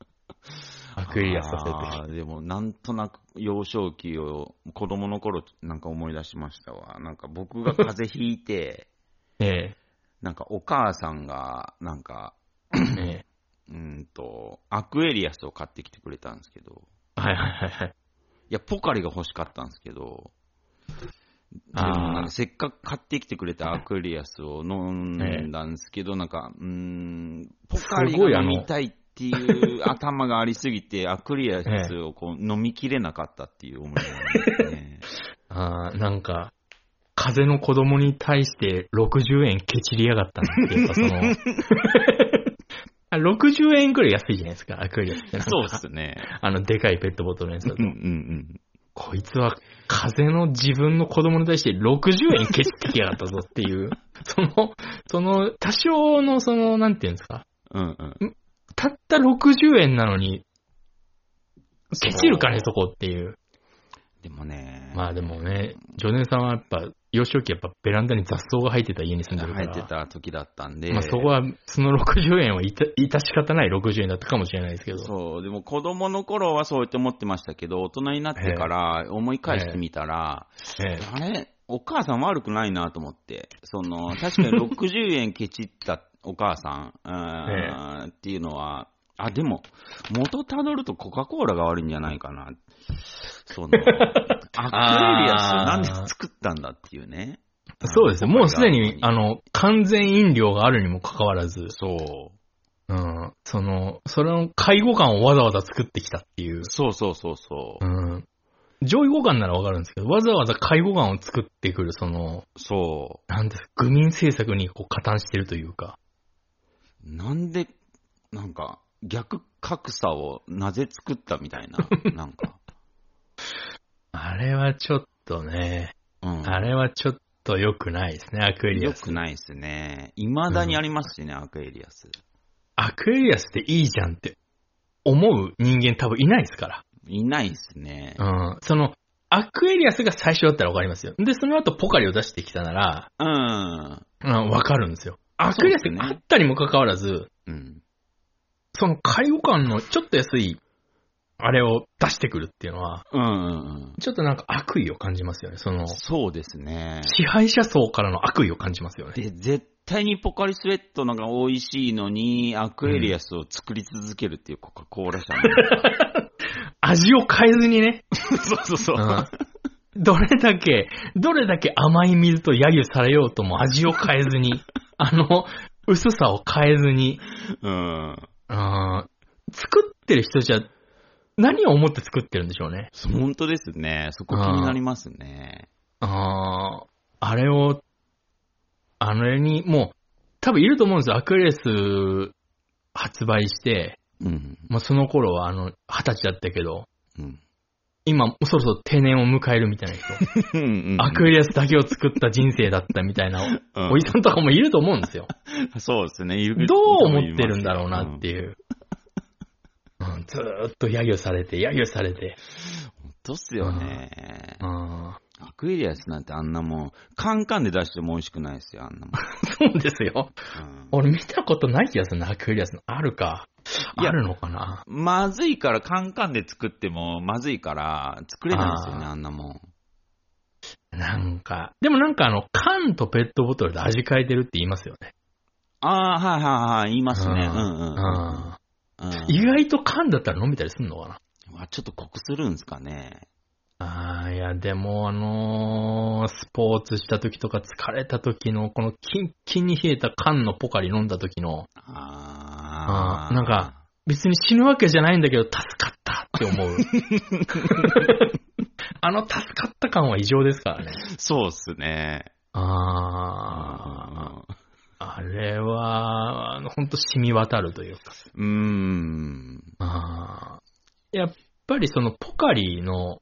Speaker 2: アクリアスさせて。
Speaker 1: あーでも、なんとなく幼少期を子供の頃なんか思い出しましたわ。なんか僕が風邪ひいて、
Speaker 2: え
Speaker 1: なんかお母さんが、なんか、
Speaker 2: え。え
Speaker 1: うーんと、アクエリアスを買ってきてくれたんですけど、
Speaker 2: え。はいはいはいはい。
Speaker 1: いや、ポカリが欲しかったんですけど、でも
Speaker 2: あー
Speaker 1: なんかせっかく買ってきてくれたアクエリアスを飲んだんですけど、なんか、うーん、ポカリ
Speaker 2: すごい
Speaker 1: が
Speaker 2: あ
Speaker 1: 飲
Speaker 2: の
Speaker 1: みたいっていう頭がありすぎて、アクエリアスをこう飲みきれなかったっていう思いがあります ね。
Speaker 2: ああ、なんか、風邪の子供に対して60円ケチりやがったなって、やっぱその、 あ60円くらい安いじゃないですか、アクエリアスってなんか。
Speaker 1: そうっすね。
Speaker 2: あの、でかいペットボトルのやつだと
Speaker 1: うんう。ん
Speaker 2: こいつは、風邪の自分の子供に対して60円ケチってきやがったぞっていう、 その、その、多少のその、なんていうんですか、
Speaker 1: うん。うんうん。
Speaker 2: たった60円なのに、ケチるかね、
Speaker 1: そ
Speaker 2: そこっていう。
Speaker 1: でもね、
Speaker 2: まあでもね、ジョネさんはやっぱ、幼少期やっぱベランダに雑草が生えてた家に住んでるか
Speaker 1: 入
Speaker 2: ら。
Speaker 1: ってた時だったんで、
Speaker 2: まあ、そこは、その60円はいた、いた仕方ない60円だったかもしれないですけど。
Speaker 1: そう、でも子供の頃はそうやって思ってましたけど、大人になってから思い返してみたら、
Speaker 2: ええ
Speaker 1: あれ、お母さん悪くないなと思って、その、確かに60円ケチったお母 さん、うーんっていうのは、あ、でも、元たどるとコカ・コーラが悪いんじゃないかな。そ の、アクエリアスなんで作ったんだっていうね。
Speaker 2: そうですね。もうすでに、あ
Speaker 1: の、
Speaker 2: の、完全飲料があるにもかかわらず、
Speaker 1: そう。
Speaker 2: うん。その、それの介護感をわざわざ作ってきたっていう。
Speaker 1: そうそうそうそうう。
Speaker 2: ん。上位互換ならわかるんですけど、わざわざ介護感を作ってくる、その、
Speaker 1: そう。
Speaker 2: なんです、愚民政策にこう加担してるというか。
Speaker 1: なんで、なんか、逆格差をなぜ作ったみた いな、なんか。
Speaker 2: あれはちょっとね、
Speaker 1: うん。
Speaker 2: あれはちょっと良くないですね、アクエリ
Speaker 1: よ
Speaker 2: アス
Speaker 1: く。ないですね。未だにありますしね、アクエリアス。
Speaker 2: アクエリアスっていいじゃんって思う人間多分いないですから。
Speaker 1: いないですね。
Speaker 2: うん。その、アクエリアスが最初だったらわかりますよ。で、その後ポカリを出してきたなら、
Speaker 1: うん。
Speaker 2: うん、わかるんですよ。ア
Speaker 1: そう
Speaker 2: クエ
Speaker 1: で
Speaker 2: リアス
Speaker 1: すね
Speaker 2: があったにもかかわらず、
Speaker 1: うん。
Speaker 2: その介護官のちょっと安い、あれを出してくるっていうのは、
Speaker 1: うんうんうん。
Speaker 2: ちょっとなんか悪意を感じますよね。その、
Speaker 1: そうですね。
Speaker 2: 支配者層からの悪意を感じますよね。
Speaker 1: で、絶対にポカリスエットのが美味しいのに、アクエリアスを作り続けるっていうコカ・コーラ社の。
Speaker 2: 味を変えずにね、。
Speaker 1: そうそうそううん
Speaker 2: どれだけ、どれだけ甘い水と揶揄されようとも味を変えず に、あの、薄さを変えずに、
Speaker 1: うん。
Speaker 2: うん作ってる人じゃ、何を思って作ってるんでしょうね。
Speaker 1: 本当ですね。そこ気になりますね。
Speaker 2: あーあれを、あれに、もう、多分いると思うんですよ。アクエリアス発売して、
Speaker 1: うん。
Speaker 2: まあ、その頃はあの、二十歳だったけど、
Speaker 1: うん。
Speaker 2: 今、もうそろそろ定年を迎えるみたいな人。
Speaker 1: うんうんうん
Speaker 2: アクエリアスだけを作った人生だったみたいな、おじさんとかもいると思うんで すよ。
Speaker 1: そうですね。
Speaker 2: どう思ってるんだろうなって
Speaker 1: いう。
Speaker 2: いう。うん、ずーっと揶揄されて、揶揄されて。
Speaker 1: どうっすよね
Speaker 2: う。ん、
Speaker 1: アクエリアスなんてあんなもん、カンカンで出しても美味しくないですよ、あんな
Speaker 2: そうですよ。
Speaker 1: もん。うん
Speaker 2: 俺見たことない気がするな、アクエリアスの。あるか。
Speaker 1: いや
Speaker 2: あるのかな。
Speaker 1: まずいから、カンカンで作ってもまずいから、作れないですよね、
Speaker 2: あー
Speaker 1: あんなもん。
Speaker 2: なんか。でもなんかあの、缶とペットボトルで味変えてるって言いますよね。
Speaker 1: ああ、はいはいはい、言いますね。
Speaker 2: う
Speaker 1: うんんうん
Speaker 2: うん
Speaker 1: うん。
Speaker 2: 意外と缶だったら飲めたりするのかな。
Speaker 1: うわちょっと濃くするんすかね。
Speaker 2: ああ、いや、でも、あのースポーツした時とか疲れた時の、このキンキンに冷えた缶のポカリ飲んだ時の、
Speaker 1: あ
Speaker 2: あーなんか、別に死ぬわけじゃないんだけど、助かったって思 う。あの助かった感は異常ですからね。
Speaker 1: そうっすね。
Speaker 2: ああ、あれは、あのほんと染み渡るというか。
Speaker 1: うん。うん。
Speaker 2: ああ、やっぱりそのポカリの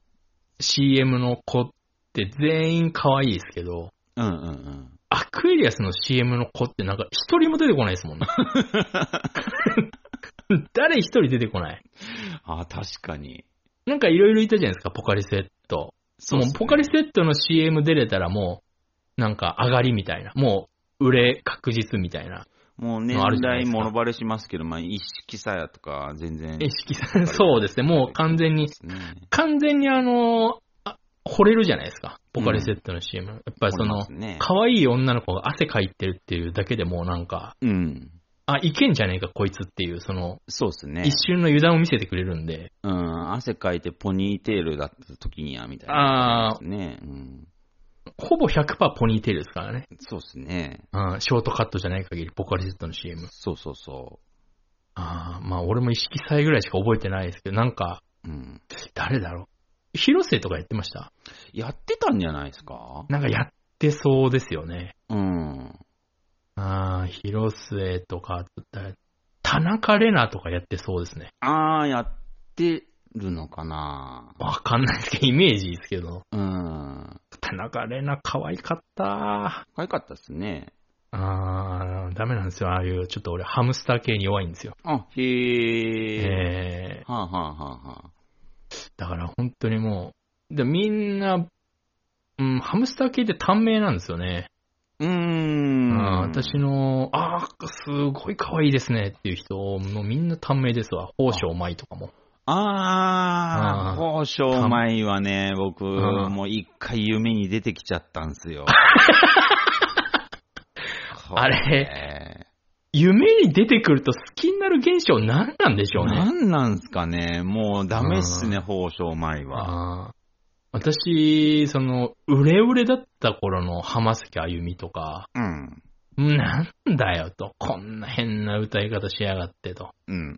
Speaker 2: CM の子って全員可愛いですけど、
Speaker 1: うんうんうん。
Speaker 2: アクエリアスの CM の子ってなんか一人も出てこないですもん ね。誰一人出てこない。
Speaker 1: ああ、確かに。
Speaker 2: なんかいろいろいたじゃないですか、ポカリスエット。
Speaker 1: そうっすね
Speaker 2: もうポカリスエットの CM 出れたらもう、なんか上がりみたいな。もう、売れ確実みたいな。
Speaker 1: もう年代もろバレしますけど、まあ、一色さやとか、全然。
Speaker 2: 意識さん、そうですね。もう完全に、
Speaker 1: ね。
Speaker 2: 完全にあの、あ惚れるじゃないですか。ポカリスエットの CM。やっぱりそ
Speaker 1: 思いま
Speaker 2: の
Speaker 1: す、ね、
Speaker 2: 可愛い女の子が汗かいてるっていうだけでもうなんか、
Speaker 1: うん。
Speaker 2: あ、いけんじゃねえか、こいつっていう、その、
Speaker 1: そうですね。
Speaker 2: 一瞬の油断を見せてくれるんで、
Speaker 1: うん。汗かいてポニーテールだった時にや、みたいな。
Speaker 2: ああ、
Speaker 1: ね。うん。
Speaker 2: ほぼ100%ポニーテールですからね。
Speaker 1: そうですね。
Speaker 2: うん、ショートカットじゃない限り、ポカリスエットの CM。
Speaker 1: そうそうそ
Speaker 2: ああ、まあ俺も意識祭ぐらいしか覚えてないですけど、なんか、
Speaker 1: う。うん。
Speaker 2: 誰だろう。広瀬とかやってました
Speaker 1: やってたんじゃないですか
Speaker 2: なんかやってそうですよね。
Speaker 1: うん。
Speaker 2: ああ、広瀬とか、誰田中玲奈とかやってそうですね。
Speaker 1: ああ、やってるのかな
Speaker 2: わかんないですけど、イメージですけど。
Speaker 1: うん。
Speaker 2: 田中玲奈可愛かった。
Speaker 1: 可愛かったっすね。
Speaker 2: ああ、ダメなんですよ。ああいう、ちょっと俺ハムスター系に弱いんですよ。
Speaker 1: あ、へえ。
Speaker 2: えー、
Speaker 1: はあはあはあはあ。
Speaker 2: だから本当にもう、でみんな、うん、ハムスター系って短命なんですよね。
Speaker 1: うー。
Speaker 2: うんん、私の、あー、すごい可愛いですねっていう人、もうみんな短命ですわ。宝生舞とかも。
Speaker 1: あ
Speaker 2: あ
Speaker 1: ー、
Speaker 2: ー
Speaker 1: 宝生舞はね、僕、
Speaker 2: うん
Speaker 1: もう一回夢に出てきちゃったんですよ。
Speaker 2: あ
Speaker 1: れ
Speaker 2: 夢に出てくると好きになる現象何なんでしょうね。
Speaker 1: 何なんすかねもうダメっすね、
Speaker 2: う
Speaker 1: 宝生舞は。
Speaker 2: あー私、その、売れ売れだった頃の浜崎あゆみとか、
Speaker 1: うん。
Speaker 2: なんだよと、こんな変な歌い方しやがってと。
Speaker 1: うん、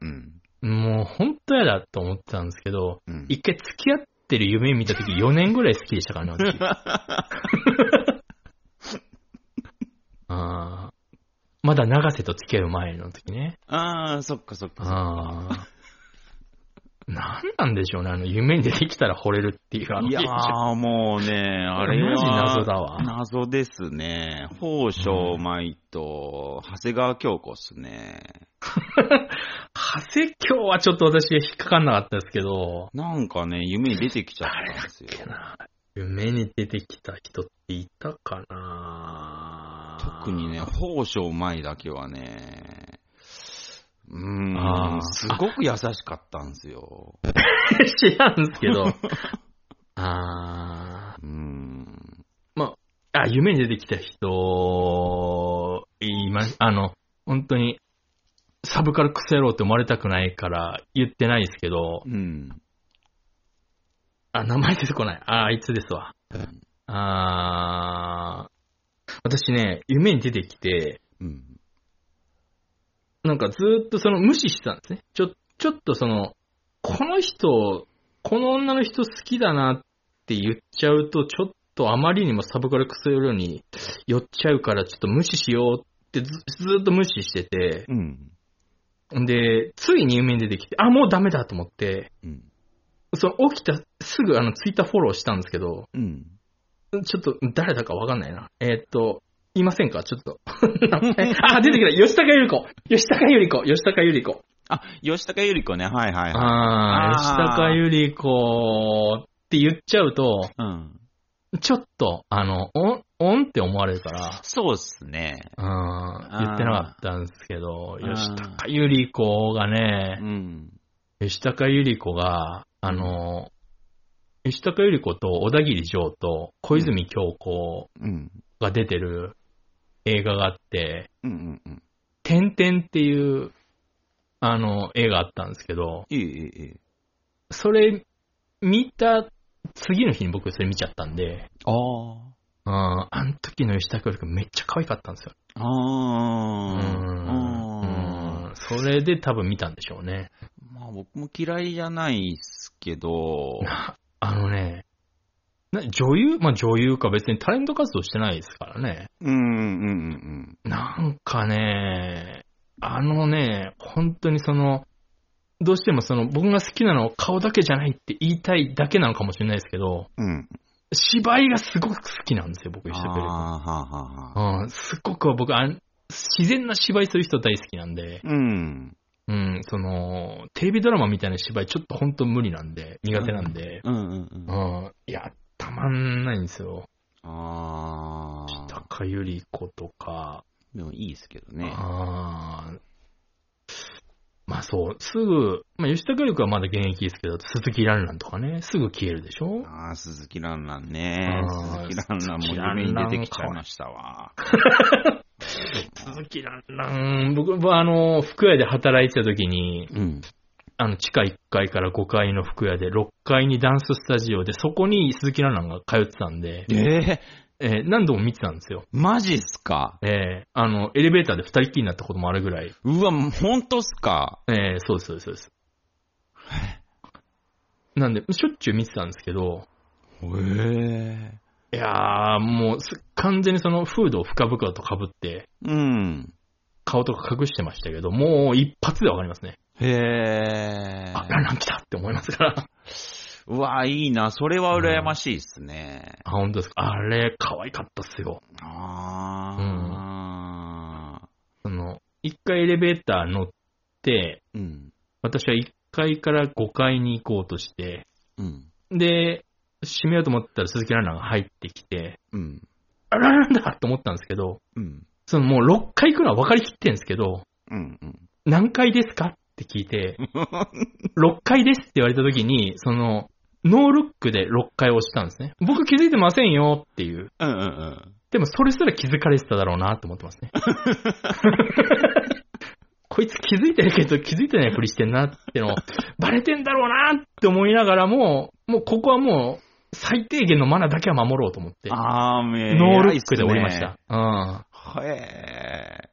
Speaker 1: うん。
Speaker 2: もう本当やだと思ってたんですけど、
Speaker 1: うん、
Speaker 2: 一回付き合ってる夢見た時4年ぐらい好きでしたからね、私。 あーまだ長瀬と付き合う前の時ね。
Speaker 1: あー、そっかそっかそっか。
Speaker 2: あーなんなんでしょうね、あの、夢に出てきたら惚れるっていうあの
Speaker 1: いやー、もうね、あれは。
Speaker 2: マジ謎だわ
Speaker 1: 謎ですね。宝生舞と、長谷川京子っすね。
Speaker 2: 長谷京はちょっと私引っかかんなかったですけど、
Speaker 1: なんかね、夢に出てきちゃったんですよ。
Speaker 2: 夢に出てきた人っていたかな
Speaker 1: 特にね、宝生舞だけはね、うー
Speaker 2: あ
Speaker 1: ん、
Speaker 2: ー
Speaker 1: すごく優しかったんですよ。
Speaker 2: 知らんすけど。あ
Speaker 1: う
Speaker 2: ー
Speaker 1: ーん。
Speaker 2: あ、夢に出てきた人、いま、あの、本当に、サブカルクセローって思われたくないから言ってないですけど、
Speaker 1: うん。
Speaker 2: あ、名前出てこない。あ、あいつですわ。あー私ね、夢に出てきて、
Speaker 1: うん。
Speaker 2: なんかずーっとその無視してたんですね。ちょ、ちょっとその、この人、この女の人好きだなって言っちゃうと、ちょっとあまりにもサブカルクソよりに寄っちゃうから、ちょっと無視しようってずずーっと無視してて、
Speaker 1: うん。
Speaker 2: で、ついに夢に出てきて、あ、もうダメだと思って、
Speaker 1: うん。
Speaker 2: その起きたすぐあのツイッターフォローしたんですけど、
Speaker 1: うん。
Speaker 2: ちょっと誰だかわかんないな。えーっと、いませんかちょっと。 名前あ、出てきた吉高由里子吉高由里子吉高由里子
Speaker 1: あ、吉高由里子ね、はいはいはい。
Speaker 2: ああ、吉
Speaker 1: あー
Speaker 2: 高由里子って言っちゃうと、
Speaker 1: うん。
Speaker 2: ちょっと、あの、おん、おんって思われるから、
Speaker 1: そうっすね。
Speaker 2: うん、言ってなかったんですけど、
Speaker 1: あー
Speaker 2: 吉高由里子が
Speaker 1: う
Speaker 2: ね、
Speaker 1: ん。
Speaker 2: 吉高由里子が、あの、吉高由里子と小田切城と小泉京子
Speaker 1: うん。
Speaker 2: が出てる映画があって、
Speaker 1: うんうんうん。
Speaker 2: てんてんっていう、あの、映画あったんですけど、
Speaker 1: いいいいいい。
Speaker 2: それ見た次の日に僕それ見ちゃったんで、
Speaker 1: ああ。
Speaker 2: うん、あの時の吉田くんめっちゃ可愛かったんですよ。
Speaker 1: ああ。
Speaker 2: うん。うんそれで多分見たんでしょうね。
Speaker 1: まあ僕も嫌いじゃないっすけ ど、
Speaker 2: なあのね、な女優まあ女優か別にタレント活動してないですからね。
Speaker 1: うんうんうん
Speaker 2: なんかね、あのね、本当にその、どうしてもその僕が好きなのは顔だけじゃないって言いたいだけなのかもしれないですけど、
Speaker 1: うん。うん。
Speaker 2: 芝居がすごく好きなんですよ、僕、
Speaker 1: あ
Speaker 2: 吉
Speaker 1: あ
Speaker 2: 田く
Speaker 1: ー、
Speaker 2: ん。
Speaker 1: はあはあはあ。
Speaker 2: うん、すっごく僕あん、自然な芝居する人大好きなんで、
Speaker 1: うん。
Speaker 2: うん、その、テレビドラマみたいな芝居ちょっと本当無理なんで、苦手なんで、
Speaker 1: うんうんうん
Speaker 2: う。ん、いや、たまんないんですよ。
Speaker 1: ああ。
Speaker 2: 高由里子とか、
Speaker 1: でもいいっすけどね。
Speaker 2: あーまあそう、すぐ、まあ吉田由里子はまだ現役ですけど、鈴木蘭蘭とかね、すぐ消えるでしょ
Speaker 1: ああ、鈴木蘭蘭ね。
Speaker 2: あ
Speaker 1: 鈴
Speaker 2: ー
Speaker 1: 木蘭蘭も夢に出てきちゃいましたわ。
Speaker 2: 鈴木蘭蘭、僕はあの、福屋で働いてた時に、
Speaker 1: うん。
Speaker 2: あの、地下1階から5階の服屋で、6階にダンススタジオで、そこに鈴木奈々が通ってたんで、
Speaker 1: ええ
Speaker 2: えー何度も見てたんですよ。
Speaker 1: マジっすか
Speaker 2: えーあの、エレベーターで2人っきりになったこともあるぐらい、
Speaker 1: うわ、ほんとっすか
Speaker 2: えーそうです、そうです、そうです。なんで、しょっちゅう見てたんですけど、
Speaker 1: へえ。
Speaker 2: いやー、もうす、完全にそのフードを深々と被って、
Speaker 1: うん。
Speaker 2: 顔とか隠してましたけど、もう一発でわかりますね。
Speaker 1: へえ。
Speaker 2: あ、ランラン来たって思いますから。
Speaker 1: うわ、いいな。それは羨ましいっすね。
Speaker 2: あ、本当ですか。あれ、可愛かったっすよ。
Speaker 1: ああ。
Speaker 2: その、一回エレベーター乗って、
Speaker 1: うん。
Speaker 2: 私は1階から5階に行こうとして、
Speaker 1: うん。
Speaker 2: で、締めようと思ったら鈴木ランナーが入ってきて、
Speaker 1: うん。
Speaker 2: あらなんだと思ったんですけど、
Speaker 1: うん。
Speaker 2: そのもう6回くらいは分かりきってんですけど、
Speaker 1: うん。うん。
Speaker 2: 何回ですかって聞いて、6回ですって言われた時に、その、ノールックで6回押したんですね。僕気づいてませんよっていう。
Speaker 1: うん。うん。
Speaker 2: でもそれすら気づかれてただろうなと思ってます ね。こいつ気づいてるけど気づいてないふりしてんなってのを、バレてんだろうなって思いながらも、もうここはもう最低限のマナーだけは守ろうと思って、
Speaker 1: あーめ
Speaker 2: ノールックで降りました。。うん。
Speaker 1: へえ。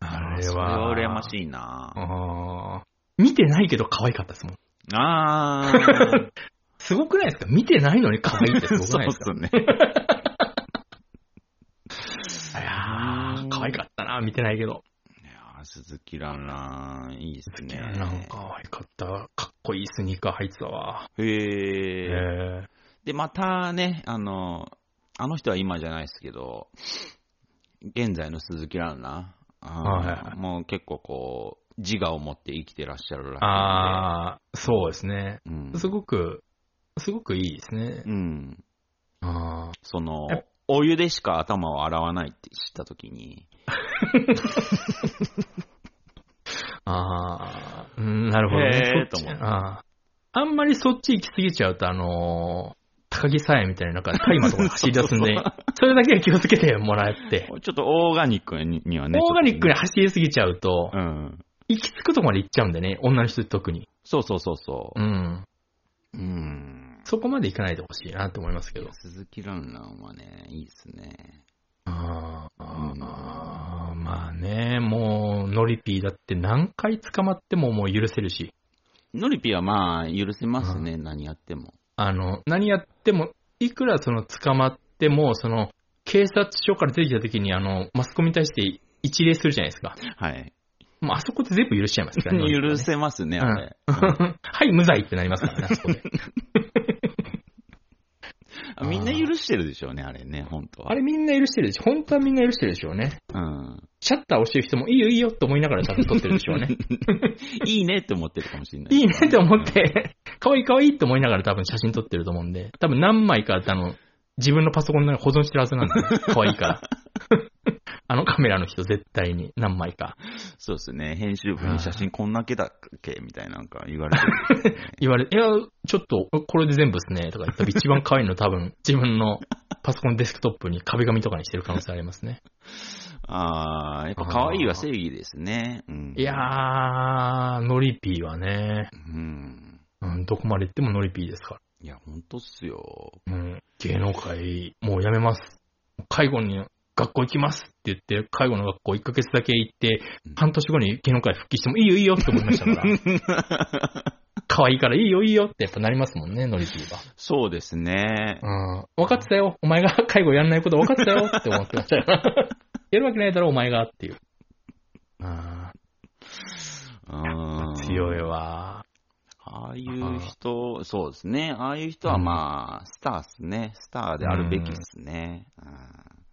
Speaker 2: あれ
Speaker 1: それ
Speaker 2: は
Speaker 1: は羨ましいな
Speaker 2: あー見てないけど可愛かったですもん。
Speaker 1: あー。
Speaker 2: すごくないですか見てないのに可愛いってすごく
Speaker 1: そ
Speaker 2: な
Speaker 1: う
Speaker 2: い
Speaker 1: っ
Speaker 2: ですか
Speaker 1: すね。
Speaker 2: いやー、可愛かったな、見てないけど。
Speaker 1: いやー鈴木ランラン、いいっす
Speaker 2: い
Speaker 1: ね。
Speaker 2: やなんか可愛かった。かっこいいスニーカー履いてたわ。
Speaker 1: へ
Speaker 2: え
Speaker 1: え。
Speaker 2: え
Speaker 1: で、またね、あの、あの人は今じゃないですけど、現在の鈴木蘭な、
Speaker 2: はいはいは
Speaker 1: あーもう結構こう、自我を持って生きてらっしゃるらしいんで。
Speaker 2: あー、そうですね。
Speaker 1: うん。
Speaker 2: すごく、すごくいいですね。
Speaker 1: うん。
Speaker 2: あ
Speaker 1: その
Speaker 2: え、
Speaker 1: お湯でしか頭を洗わないって知ったときに、
Speaker 2: ーあー、うんなるほどね。
Speaker 1: へー
Speaker 2: そっち
Speaker 1: と思って
Speaker 2: あーあんまりそっち行き過ぎちゃうと、あのー高木さえみたいな、なんか大麻とか走り出すんで、 それだけは気をつけてもらって
Speaker 1: ちょ、っとオーガニックににはね。
Speaker 2: オーガニックに
Speaker 1: ちょ
Speaker 2: 走りすぎちゃうと
Speaker 1: っと、ねうん。
Speaker 2: 行き着くとこまで行っちゃうんでね、女の人特に。
Speaker 1: そうそうそうそうう。
Speaker 2: ん。
Speaker 1: うん。
Speaker 2: そこまで行かないでほしいなと思いますけど。
Speaker 1: 鈴木蘭蘭はね、いいっすね。
Speaker 2: あーあー、まあね、もう、ノリピーだって何回捕まってももう許せるし、
Speaker 1: ノリピはまあ、許せますね、何やっても。
Speaker 2: あの、何やっても、いくらその捕まっても、その、警察署から出てきた時に、あの、マスコミに対して一礼するじゃないですか。
Speaker 1: はい。
Speaker 2: もうあそこで全部 許しちゃいますから ね。
Speaker 1: 許せますね、あれ。
Speaker 2: はい、無罪ってなりますからね、あそこで。
Speaker 1: あみんな許してるでしょうね、あれね、本当は。
Speaker 2: あれみんな許してるでしょ。本当はみんな許してるでしょうね。
Speaker 1: うん。
Speaker 2: シャッター押してる人もいいよいいよって思いながら多分撮ってるでしょうね。
Speaker 1: いいねって思ってるかもしれない。
Speaker 2: いいねって思って、 かわいいかわいいって思いながら多分写真撮ってると思うんで、多分何枚かあの、自分のパソコンの中に保存してるはずなんで、かわいいから。 あのカメラの人絶対に何枚か
Speaker 1: そうですね。編集部に写真こんだけだっけみたいなんか言われて る。
Speaker 2: 言われて、いや、ちょっと、これで全部ですね、とか言ったら一番可愛いの多分自分のパソコンデスクトップに壁紙とかにしてる可能性ありますね。
Speaker 1: ああ、やっぱ可愛いは正義ですね。うん。
Speaker 2: いやー、ノリピーはね、
Speaker 1: うん。
Speaker 2: うん、どこまで行ってもノリピーですから。
Speaker 1: いや、ほんとっすよ。
Speaker 2: うん、芸能界、もうやめます。介護に学校行きますって言って、介護の学校1ヶ月だけ行って
Speaker 1: うん、
Speaker 2: 半年後に芸能界復帰してもいいよいいよって思いましたから。 可愛いからいいよいいよってやっぱなりますもんね、ノリピーは。
Speaker 1: そうですね。
Speaker 2: うん。分かってたよ。お前が介護やんないこと分かってたよって思ってましたよ。 やるわけないだろ、お前がっていう。あ
Speaker 1: うん
Speaker 2: あ、強い。わ。
Speaker 1: ああいう人、そうですね。ああいう人はまあ、スターっすね。スターであるべきっすね。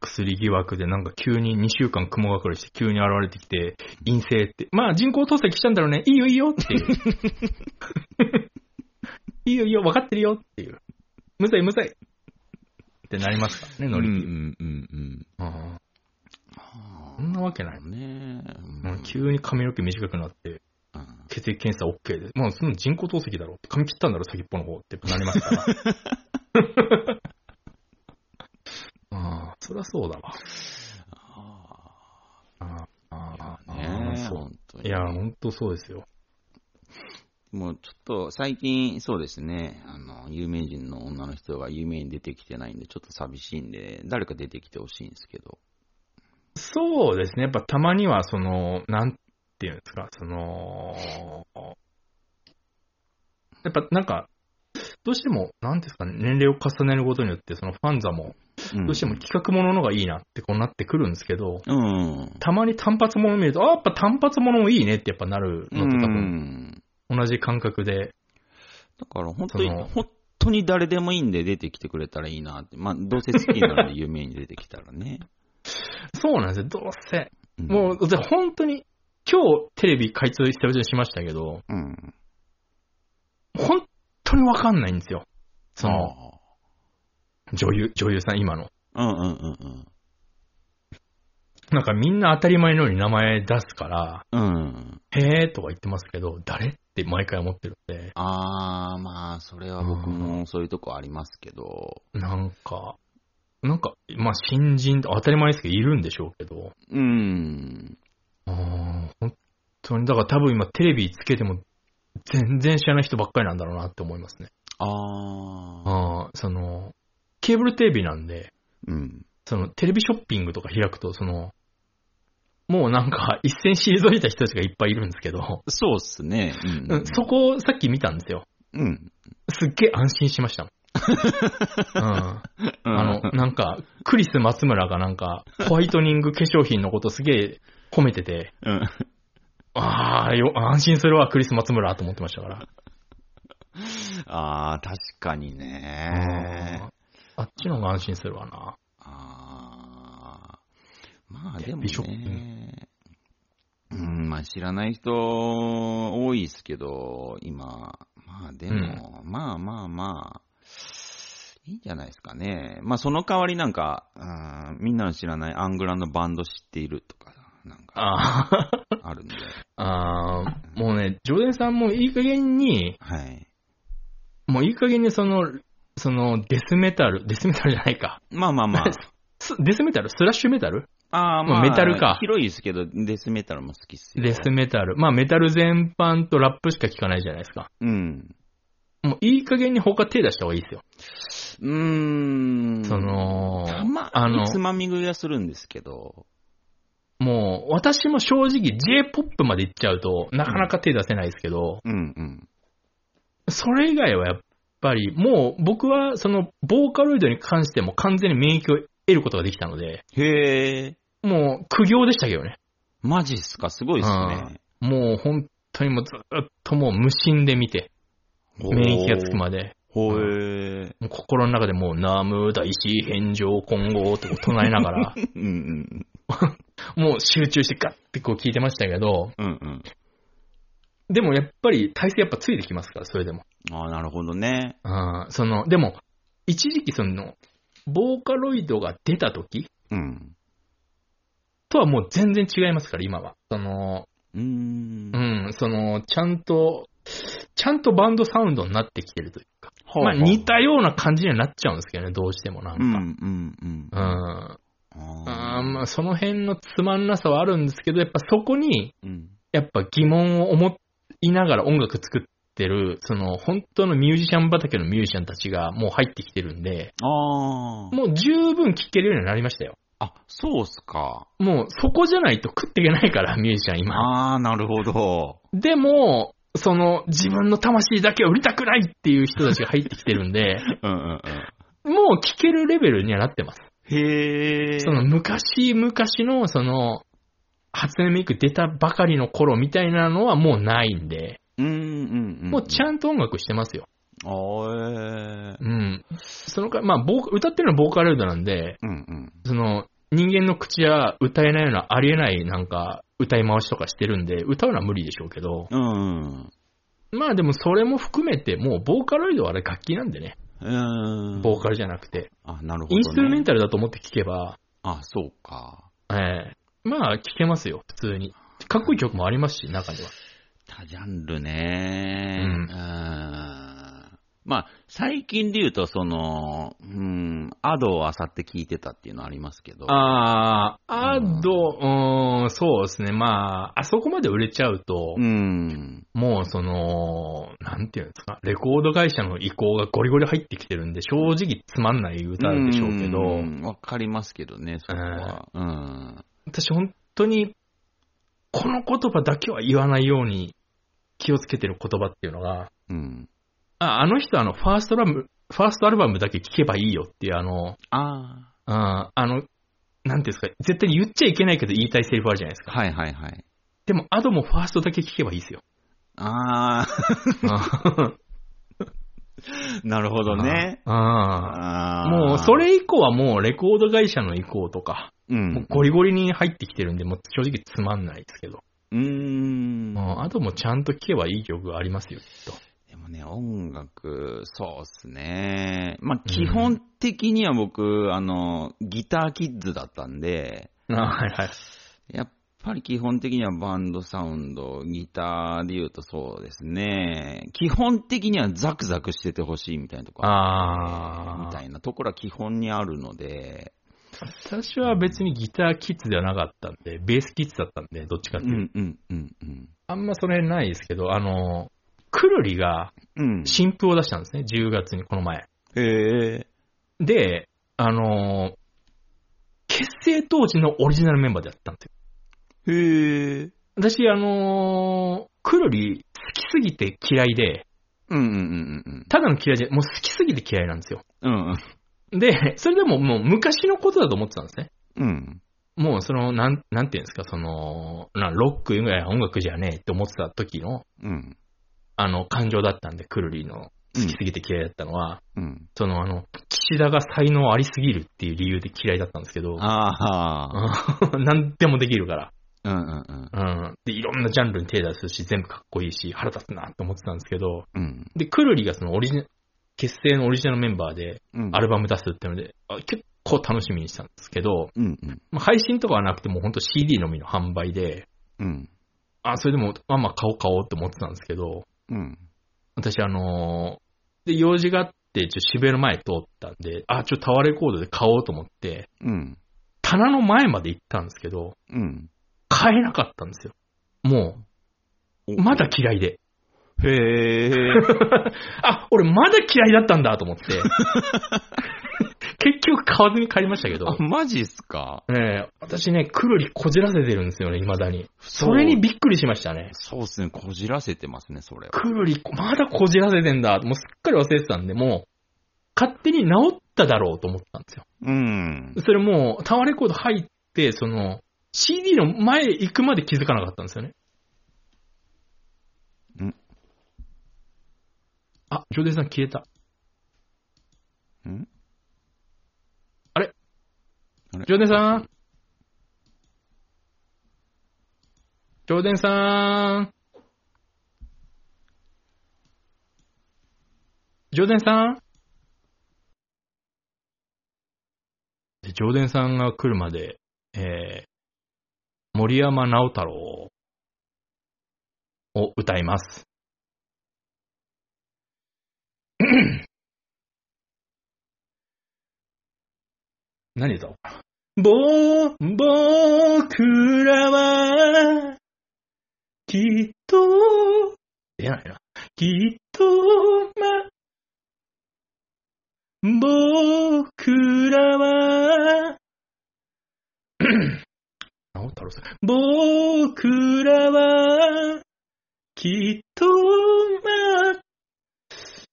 Speaker 2: 薬疑惑でなんか急に2週間雲隠れして急に現れてきて、陰性って。まあ人工透析したんだろうね。いいよいいよっていう。 いいよいいよ、分かってるよっていう。無罪無罪ってなりますからね、
Speaker 1: うん。
Speaker 2: ノ
Speaker 1: う
Speaker 2: リ
Speaker 1: ん
Speaker 2: ピー。
Speaker 1: うんうん
Speaker 2: う
Speaker 1: う
Speaker 2: ん
Speaker 1: ん。
Speaker 2: そんなわけない。
Speaker 1: ねえ。う
Speaker 2: うん
Speaker 1: ん
Speaker 2: 急に髪の毛短くなって、
Speaker 1: うん
Speaker 2: 血液検査 OK で。まあその人工透析だろうって。髪切ったんだろ、先っぽの方ってなりますから。 ああ、そりゃそうだわ。
Speaker 1: あ
Speaker 2: ああ、
Speaker 1: あねえ、
Speaker 2: そう。
Speaker 1: 本当に。
Speaker 2: いや、ほんとそうですよ。
Speaker 1: もうちょっと最近、そうですね、あの、有名人の女の人が有名に出てきてないんで、ちょっと寂しいんで、誰か出てきてほしいんですけど。
Speaker 2: そうですね。やっぱたまには、その、なんていうんですか、その、やっぱなんか、どうしても、なんていうんですかね、年齢を重ねることによって、そのファンザも、
Speaker 1: ん
Speaker 2: どうしても企画もののがいいなってこうなってくるんですけど、
Speaker 1: うん。
Speaker 2: たまに単発もの見ると、あ、やっぱ単発ものもいいねってやっぱなる
Speaker 1: う
Speaker 2: のと多分、
Speaker 1: ん。
Speaker 2: 同じ感覚で、
Speaker 1: だから本当に
Speaker 2: その、
Speaker 1: 本当に誰でもいいんで出てきてくれたらいいなって。まあ、どうせ好きなので有名に出てきたらね。
Speaker 2: そうなんですよ、どうせ。
Speaker 1: ん
Speaker 2: もう、、で本当に、今日テレビ開通久々にしましたけど、
Speaker 1: うん。
Speaker 2: 本当にわかんないんですよ。その、女優、女優さん、今の。
Speaker 1: ああ。うんうんうん
Speaker 2: なんかみんな当たり前のように名前出すから、
Speaker 1: うん。うん。
Speaker 2: へーとか言ってますけど、誰って毎回思ってるんで、
Speaker 1: あー、まあ、それは僕もそういうとこありますけど。
Speaker 2: なんか、なんか、まあ新人って当たり前ですけど、いるんでしょうけど、
Speaker 1: うん。
Speaker 2: うーん本当に、だから多分今テレビつけても全然知らない人ばっかりなんだろうなって思いますね。
Speaker 1: あー。
Speaker 2: あーその、ケーブルテレビなんで、
Speaker 1: うん。
Speaker 2: そのテレビショッピングとか開くと、その、もうなんか一線退いた人たちがいっぱいいるんですけど、
Speaker 1: そうっすね。うん
Speaker 2: うんそこをさっき見たんですよ。
Speaker 1: うん。
Speaker 2: すっげえ安心しましたも
Speaker 1: う
Speaker 2: ん。うん、
Speaker 1: ん。
Speaker 2: あの、なんか、クリス・松村がなんか、ホワイトニング化粧品のことすげえ褒めてて、
Speaker 1: うん。
Speaker 2: ああ、よ、安心するわ、クリス・松村と思ってましたから。
Speaker 1: あー、確かにね。
Speaker 2: あっちの方が安心するわな。
Speaker 1: あー。まあ
Speaker 2: テレ
Speaker 1: でも
Speaker 2: ビショッピング
Speaker 1: ね。うん、まあ知らない人多いっすけど、今。まあでも、まあまあまあ、いいんじゃないですかね。まあその代わりなんか、うん、みんなの知らないアングラのバンド知っているとか、なんか
Speaker 2: あー
Speaker 1: あるんで。
Speaker 2: あー、もうね、ジョーデンさんもいい加減に、
Speaker 1: はい。
Speaker 2: もういい加減にその、その、デスメタル、デスメタルじゃないか。
Speaker 1: まあまあ まあ。
Speaker 2: すデスメタルスラッシュメタル
Speaker 1: ああ、
Speaker 2: ま
Speaker 1: ま
Speaker 2: あ
Speaker 1: あ、
Speaker 2: メタルか
Speaker 1: 広いですけど、デスメタルも好きっすよ。
Speaker 2: デスメタル。まあ、メタル全般とラップしか聞かないじゃないですか。
Speaker 1: うん。
Speaker 2: もういい加減に他手出した方がいいですよ。
Speaker 1: うーん。
Speaker 2: そ、の、
Speaker 1: たま
Speaker 2: あ
Speaker 1: に
Speaker 2: の
Speaker 1: つ、まみ食いはするんですけど、
Speaker 2: もう、私も正直 J-POP まで行っちゃうと、なかなか手出せないですけど、
Speaker 1: うんうん。
Speaker 2: それ以外はやっぱり、もう僕はその、ボーカロイドに関しても完全に免疫を得ることができたので、
Speaker 1: へえ、
Speaker 2: もう苦行でしたけどね。
Speaker 1: マジっすか、すごいっすね。
Speaker 2: もう本当にもうずっともう無心で見て、免疫がつくまで。
Speaker 1: ほえ。
Speaker 2: もう心の中でもう、ナム大師返上混合と唱えな がら、
Speaker 1: うんうん
Speaker 2: もう集中してガッてこう聞いてましたけど、
Speaker 1: うん。うんうん。
Speaker 2: でもやっぱり体勢やっぱついてきますから、それでも。
Speaker 1: ああ、なるほどね。
Speaker 2: あーその、でも、一時期その、ボーカロイドが出た時
Speaker 1: うん。
Speaker 2: とはもう全然違いますから、今は。その、
Speaker 1: うーん
Speaker 2: う。ん、その、ちゃんと、ちゃんとバンドサウンドになってきてるというか。
Speaker 1: ほう
Speaker 2: まあ似。たような感じにはなっちゃうんですけどね、どうしてもなん
Speaker 1: う
Speaker 2: か。
Speaker 1: んうんうん。
Speaker 2: うんあー
Speaker 1: あ
Speaker 2: まあ、その辺のつまんなさはあるんですけど、やっぱそこに、
Speaker 1: ーうん。
Speaker 2: やっぱ疑問を思いながら音楽作ってる、その本当のミュージシャン畑のミュージシャンたちがもう入ってきてるんで、
Speaker 1: ああ。
Speaker 2: もう十分聴けるようになりましたよ。
Speaker 1: あ、そうっすか。
Speaker 2: もうそこじゃないと食っていけないから、ミュージシャン今。
Speaker 1: ああ、なるほど。
Speaker 2: でも、その自分の魂だけは売りたくないっていう人たちが入ってきてるん で、
Speaker 1: うんうんうん。
Speaker 2: もう聴けるレベルにはなってます。
Speaker 1: へえ。
Speaker 2: その昔々のその、初音ミク出たばかりの頃みたいなのはもうないんで、
Speaker 1: うんうんうん。
Speaker 2: もうちゃんと音楽してますよ。
Speaker 1: あーえー
Speaker 2: うん。そのか、まあ、ボー歌ってるのはボーカロイドなんで、
Speaker 1: うんうん。
Speaker 2: その、人間の口は歌えないようなありえないなんか歌い回しとかしてるんで、歌うのは無理でしょうけど、
Speaker 1: うん
Speaker 2: まあでもそれも含めて、もうボーカロイドはあれ楽器なんでね、
Speaker 1: うん。うん。
Speaker 2: ボーカルじゃなくて、
Speaker 1: あ、なるほど、ね。
Speaker 2: インストゥルメンタルだと思って聴けば、
Speaker 1: あ、そうか。
Speaker 2: ええまあ聴けますよ、普通に。かっこいい曲もありますし、中には。
Speaker 1: 多ジャンルね。
Speaker 2: うん
Speaker 1: うーんまあ、最近で言うと、その、うん、アドをあさって聞いてたっていうのありますけど。
Speaker 2: ああ、ア
Speaker 1: うん
Speaker 2: ド、うーん、そうですね。まあ、あそこまで売れちゃうと、
Speaker 1: うん。
Speaker 2: もうその、なんていうんですか、レコード会社の意向がゴリゴリ入ってきてるんで、正直つまんない歌でしょうけど、
Speaker 1: んわかりますけどね、そこは。うん。
Speaker 2: 私本当に、この言葉だけは言わないように気をつけてる言葉っていうのが、
Speaker 1: うん。
Speaker 2: ああの人あの、ファーストラム、ファーストアルバムだけ聴けばいいよっていうあの、
Speaker 1: あ
Speaker 2: あーあの、なんていうんですか、絶対に言っちゃいけないけど言いたいセリフあるじゃないです
Speaker 1: あ。
Speaker 2: か。
Speaker 1: はいはいはい。
Speaker 2: でも、アドもファーストだけ聞けばいいです よ。
Speaker 1: ああ、 なるほどね。
Speaker 2: あ
Speaker 1: あ
Speaker 2: あ
Speaker 1: あ。
Speaker 2: もう、そ、れ以降はもう、レコード会社の意向とか、
Speaker 1: う。
Speaker 2: もうんゴリゴリに入ってきてるんで、もう正直つまんないですけど。
Speaker 1: うーん。
Speaker 2: もう、アドもちゃんと聞けばいい曲がありますよ、きっと。
Speaker 1: でももね、音楽、そうっすね。まあ、基本的には僕、あの、ギターキッズだったんで、
Speaker 2: あはいはい。
Speaker 1: やっぱり基本的にはバンドサウンド、ギターで言うとそうですね。基本的にはザクザクしててほしいみたいなとこ
Speaker 2: あー
Speaker 1: みたいなところは基本にあるので、
Speaker 2: 私は別にギターキッズではなかったんで、ベースキッズだったんで、どっちか
Speaker 1: う
Speaker 2: っていうと。
Speaker 1: んうんうんうん。
Speaker 2: あんまその辺ないですけど、あの、くるりが
Speaker 1: うん。
Speaker 2: 新譜を出したんですね、10月に、この前。
Speaker 1: へえ。
Speaker 2: で、あの、結成当時のオリジナルメンバーでやったんですよ。
Speaker 1: へえ。
Speaker 2: 私、あの、くるり好きすぎて嫌いで、
Speaker 1: うんうんうんうん
Speaker 2: ただの嫌いじゃ、もう好きすぎて嫌いなんですよ。
Speaker 1: うん。うん
Speaker 2: で、それでももう昔のことだと思ってたんですね。
Speaker 1: うん。
Speaker 2: もうその、なん、なんていうんですか、その、なロック以外は音楽じゃねえって思ってた時の、
Speaker 1: うん。
Speaker 2: あの、感情だったんで、くるりの好きすぎて嫌いだったのは、
Speaker 1: うん。
Speaker 2: そのあの、岸田が才能ありすぎるっていう理由で嫌いだったんですけど、
Speaker 1: ああ。
Speaker 2: うん何でもできるから、
Speaker 1: うんうんうん。
Speaker 2: うん。で、いろんなジャンルに手出すし、全部かっこいいし、腹立つなって思ってたんですけど、
Speaker 1: うん。
Speaker 2: で、くるりがそのオリジナル、結成のオリジナルメンバーで、
Speaker 1: うん。
Speaker 2: アルバム出すっていうので、あ結構楽しみにしたんですけど、
Speaker 1: うんうん。
Speaker 2: まあ配信とかはなくてもうほんと CD のみの販売で、
Speaker 1: うん。
Speaker 2: あ、それでも、まあまあ買おう買おうって思ってたんですけど、
Speaker 1: うん。
Speaker 2: 私、あのーで、用事があって、ちょ、渋谷の前通ったんで、あ、ちょ、タワーレコードで買おうと思って、
Speaker 1: うん。
Speaker 2: 棚の前まで行ったんですけど、
Speaker 1: うん。
Speaker 2: 買えなかったんですよ。もう、まだ嫌いで。
Speaker 1: へえ。
Speaker 2: あ、俺まだ嫌いだったんだと思って。結局買わずに帰りましたけ
Speaker 1: あ
Speaker 2: ど、、
Speaker 1: マジっすか
Speaker 2: ええ私ね、くるりこじらせてるんですよね、未だに。それにびっくりしましたね。
Speaker 1: そうっすね。こじらせてますね、それは。
Speaker 2: くるり、まだこじらせてんだ。もうすっかり忘れてたんで、もう、勝手に治っただろうと思ったんですよ。
Speaker 1: うん。
Speaker 2: それもう、タワーレコード入って、その、CD の前行くまで気づかなかったんですよね。
Speaker 1: ん
Speaker 2: あ、ジョデイさん消えた。
Speaker 1: ん
Speaker 2: あれ
Speaker 1: あれ
Speaker 2: ジョデンさんジョデンさんジョデンさんで、ジョーデンさんが来るまで、えー、森山直太郎を歌います。何歌おうかな。ぼ、僕らは、きっと、出ないな。きっと、ま、僕らは、 直太郎さん。僕らは、きっと、ま、す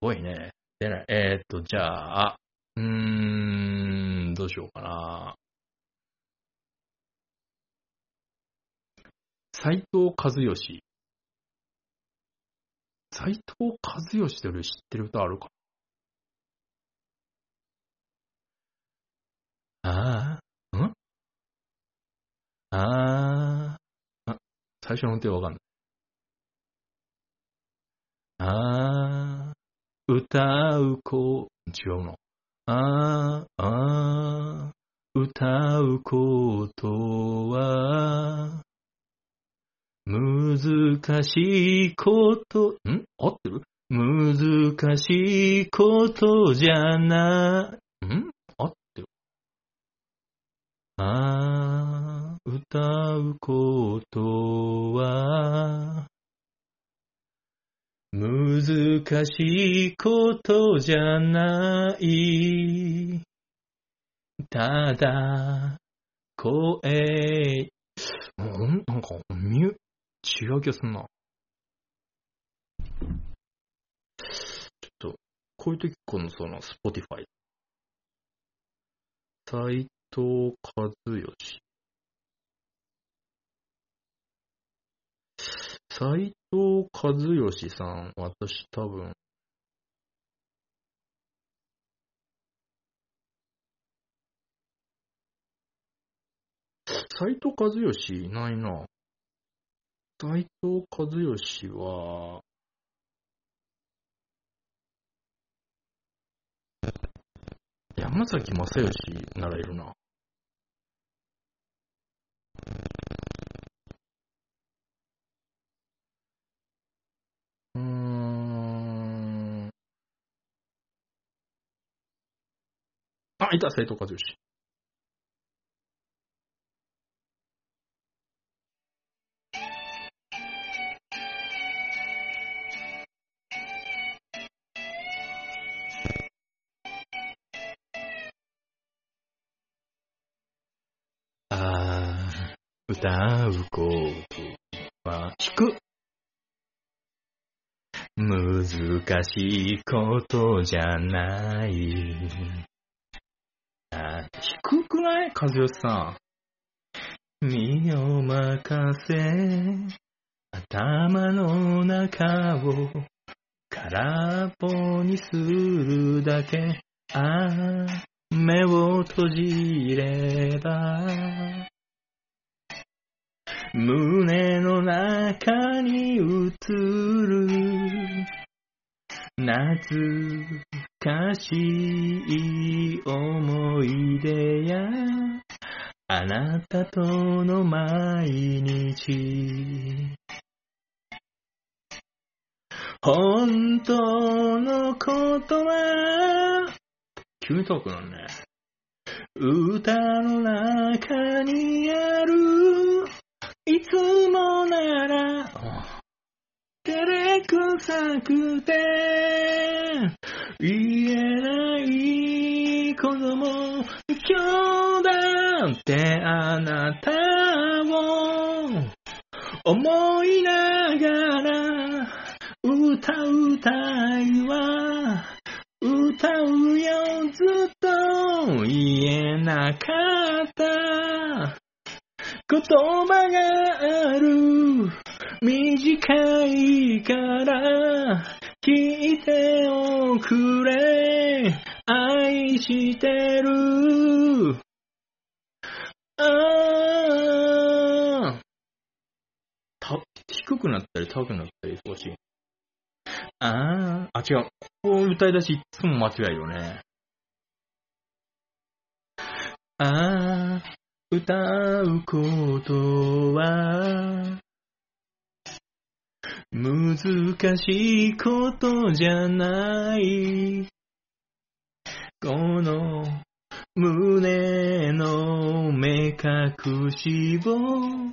Speaker 2: ごいね。出ない。えー、っと、じゃあ、うーん、どうしようかな。斎藤和義。斎藤和義って俺知ってる歌あるかああ、んああ、あ、最初の音程わかんない。ああ、歌う子、違うな。ああ、ああ、歌うことは、難しいこと、ん合ってる難しいことじゃない、ん合ってるああ、歌うことは、難しいことじゃない。ただ、声。うんなんか、ミュ、違う気がすんな。ちょっと、こういう時このその、スポティファイ。斎藤和義。斎藤和義さん、私多分。斎藤和義いないな。斎藤和義は、山崎正義ならいるな。うーん。あ、いた、生徒和義。ああ、歌うことは聞く。難しいことじゃない。あ低くない和義さん。身を任せ、頭の中を空っぽにするだけ。ああ、目を閉じれば胸の中に映る懐かしい思い出やあなたとの毎日本当のことは急トークなんね。歌の中にある、いつもなら、照れくさくて、言えないことも、今日だってあなたを、思いながら、歌うたいわ。歌うよずっと言えなかった言葉がある短いから聞いておくれ愛してるああた低くなったり高くなったり少しああ、あ、違う。こう歌い出しいっつも間違えるよね。ああ、歌うことは、難しいことじゃない。この胸の目隠しを、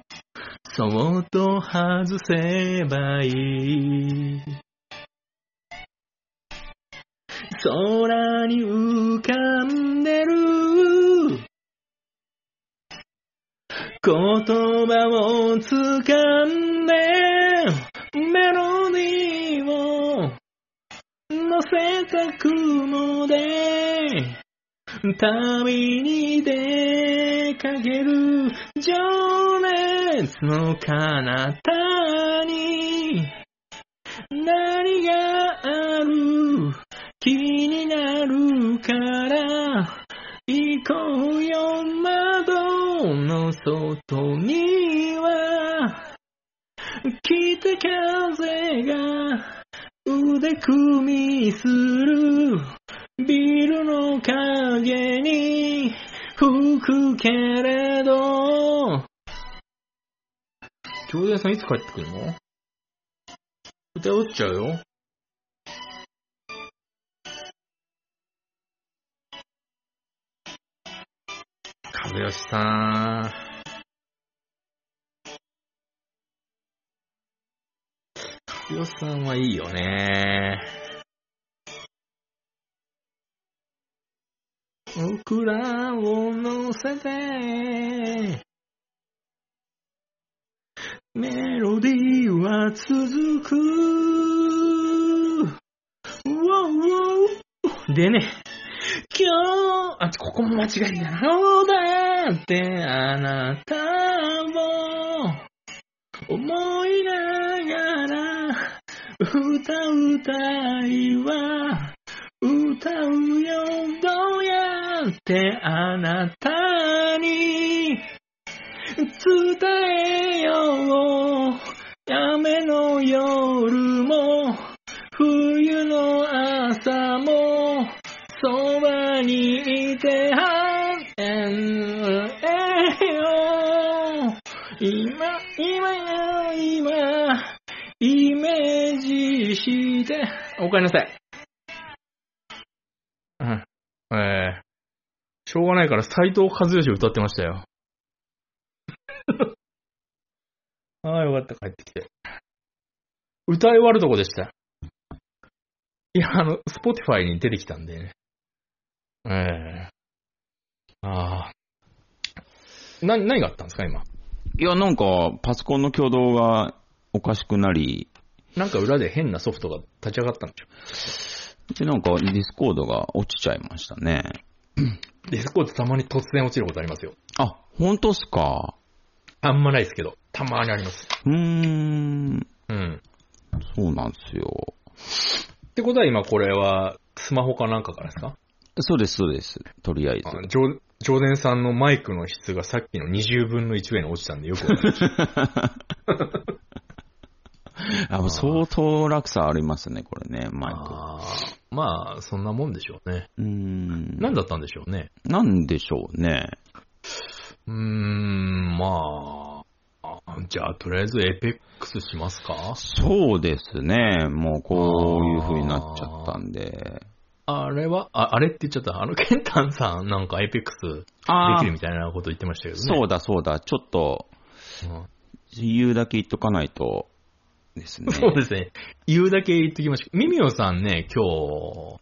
Speaker 2: そっと外せばいい。空に浮かんでる言葉を掴んでメロディーを乗せた雲で旅に出かける情熱の彼方に何がある気になるから行こうよ窓の外には北風が腕組みするビルの影に吹くけれど兄弟さんいつ帰ってくるの歌おっちゃうよ和義さん。和義さんはいいよね。オクラを乗せて、メロディーは続く。うわうわでね。今日、あ、ここも間違いだな。そうだってあなたを思いながら歌うたいわ。歌うよ、どうやってあなたに伝えよう。雨の夜も冬の朝もそばににいてはんえんえよ今、今よ、今、イメージして、おかえりなさい。うん。ええしょうがないから斎藤和義歌ってましたよ。 ああ、よかった、帰ってきて。歌い終わるとこでした。いや、あの、スポティファイに出てきたんでね。ええああ。な、何があったんですか、今。
Speaker 1: いや、なんか、パソコンの挙動がおかしくなり、
Speaker 2: なんか裏で変なソフトが立ち上がったんでし
Speaker 1: で、
Speaker 2: ょ。
Speaker 1: なんか、ディスコードが落ちちゃいましたね。
Speaker 2: ディスコードたまに突然落ちることありますよ。
Speaker 1: あ、本当っすか。
Speaker 2: あんまないですけど、たまにあります。
Speaker 1: うーん、
Speaker 2: うん。
Speaker 1: そうなんですよ。
Speaker 2: ってことは今これは、スマホかなんかからですか
Speaker 1: そうです、そうです。とりあえず。
Speaker 2: あジョジョーデンさんのマイクの質がさっきの20分の1ぐらいに落ちたんでよくわかる
Speaker 1: あ相当落差ありますね、これね、マイ
Speaker 2: あーまあ、そんなもんでしょうね。
Speaker 1: ク。うーん。
Speaker 2: 何だったんでしょうね。
Speaker 1: なんでしょうね。
Speaker 2: うーん、まあ、あじゃあ、とりあえずエペックスしますか
Speaker 1: そうですね。もうこういう風になっちゃったんで。
Speaker 2: あれは、ああれって言っちゃった。あの、ケンタンさんなんかエペックスで
Speaker 1: あ
Speaker 2: き
Speaker 1: あ
Speaker 2: るみたいなこと言ってましたけどね。
Speaker 1: そうだそうだ。ちょっと、
Speaker 2: うん
Speaker 1: 言うだけ言っとかないとですね。
Speaker 2: そうですね。言うだけ言っときましょう。ミミオさんね、今日、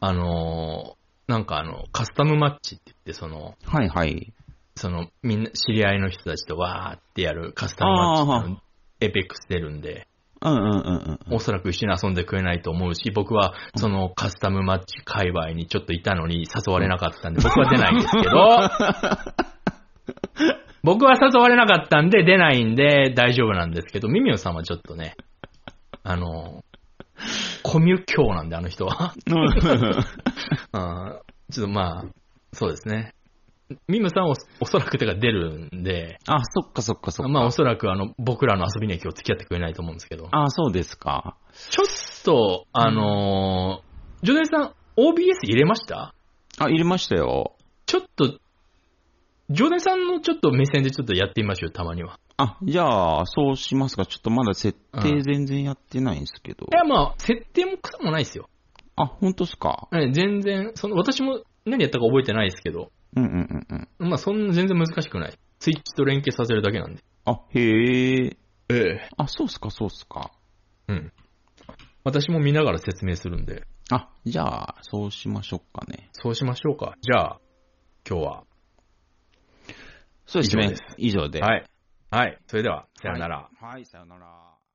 Speaker 2: あのー、なんかあの、カスタムマッチって言って、その、
Speaker 1: はいはい。
Speaker 2: その、みんな、知り合いの人たちとわーってやるカスタムマッチっていうのエペックス出るんで、
Speaker 1: うんうんうんうん。
Speaker 2: おそらく一緒に遊んでくれないと思うし、僕はそのカスタムマッチ界隈にちょっといたのに誘われなかった んで、僕は出ないんですけど、僕は誘われなかったんで出ないんで大丈夫なんですけど、ミミオさんはちょっとね、あの、コミュ強なんで、あの人は。うんちょっとまあ、そうですね。ミムさんはおおそらく手が出るんで、
Speaker 1: あ、そっかそっかそっか。
Speaker 2: まあおそらくあの、僕らの遊びには今日付き合ってくれないと思うんですけど。
Speaker 1: あ、そうですか。
Speaker 2: ちょっと、あのー、ジョネさん、OBS 入れました
Speaker 1: あ、入れましたよ。
Speaker 2: ちょっと、ジョネさんのちょっと目線でちょっとやってみましょう、たまには。
Speaker 1: あ、じゃあ、そうしますか。ちょっとまだ設定全然やってないんですけど。
Speaker 2: いや、まあ、設定もクソもないですよ。
Speaker 1: あ、本当っすか。
Speaker 2: え全然、その、私も何やったか覚えてないですけど、
Speaker 1: うんうんうんうん。
Speaker 2: まあ、そんな全然難しくない。ツイッチと連携させるだけなんで。
Speaker 1: あ、へえ。
Speaker 2: ええ。
Speaker 1: あ、そうっすか、そうっすか。
Speaker 2: うん。私も見ながら説明するんで、
Speaker 1: あ、じゃあ、そうしましょうかね。
Speaker 2: そうしましょうか。じゃあ、今日は。
Speaker 1: そうです
Speaker 2: 以
Speaker 1: ね
Speaker 2: 上です。
Speaker 1: 以上で。。
Speaker 2: はいい。はい。それでは、さようなら。
Speaker 1: はい、さよなら。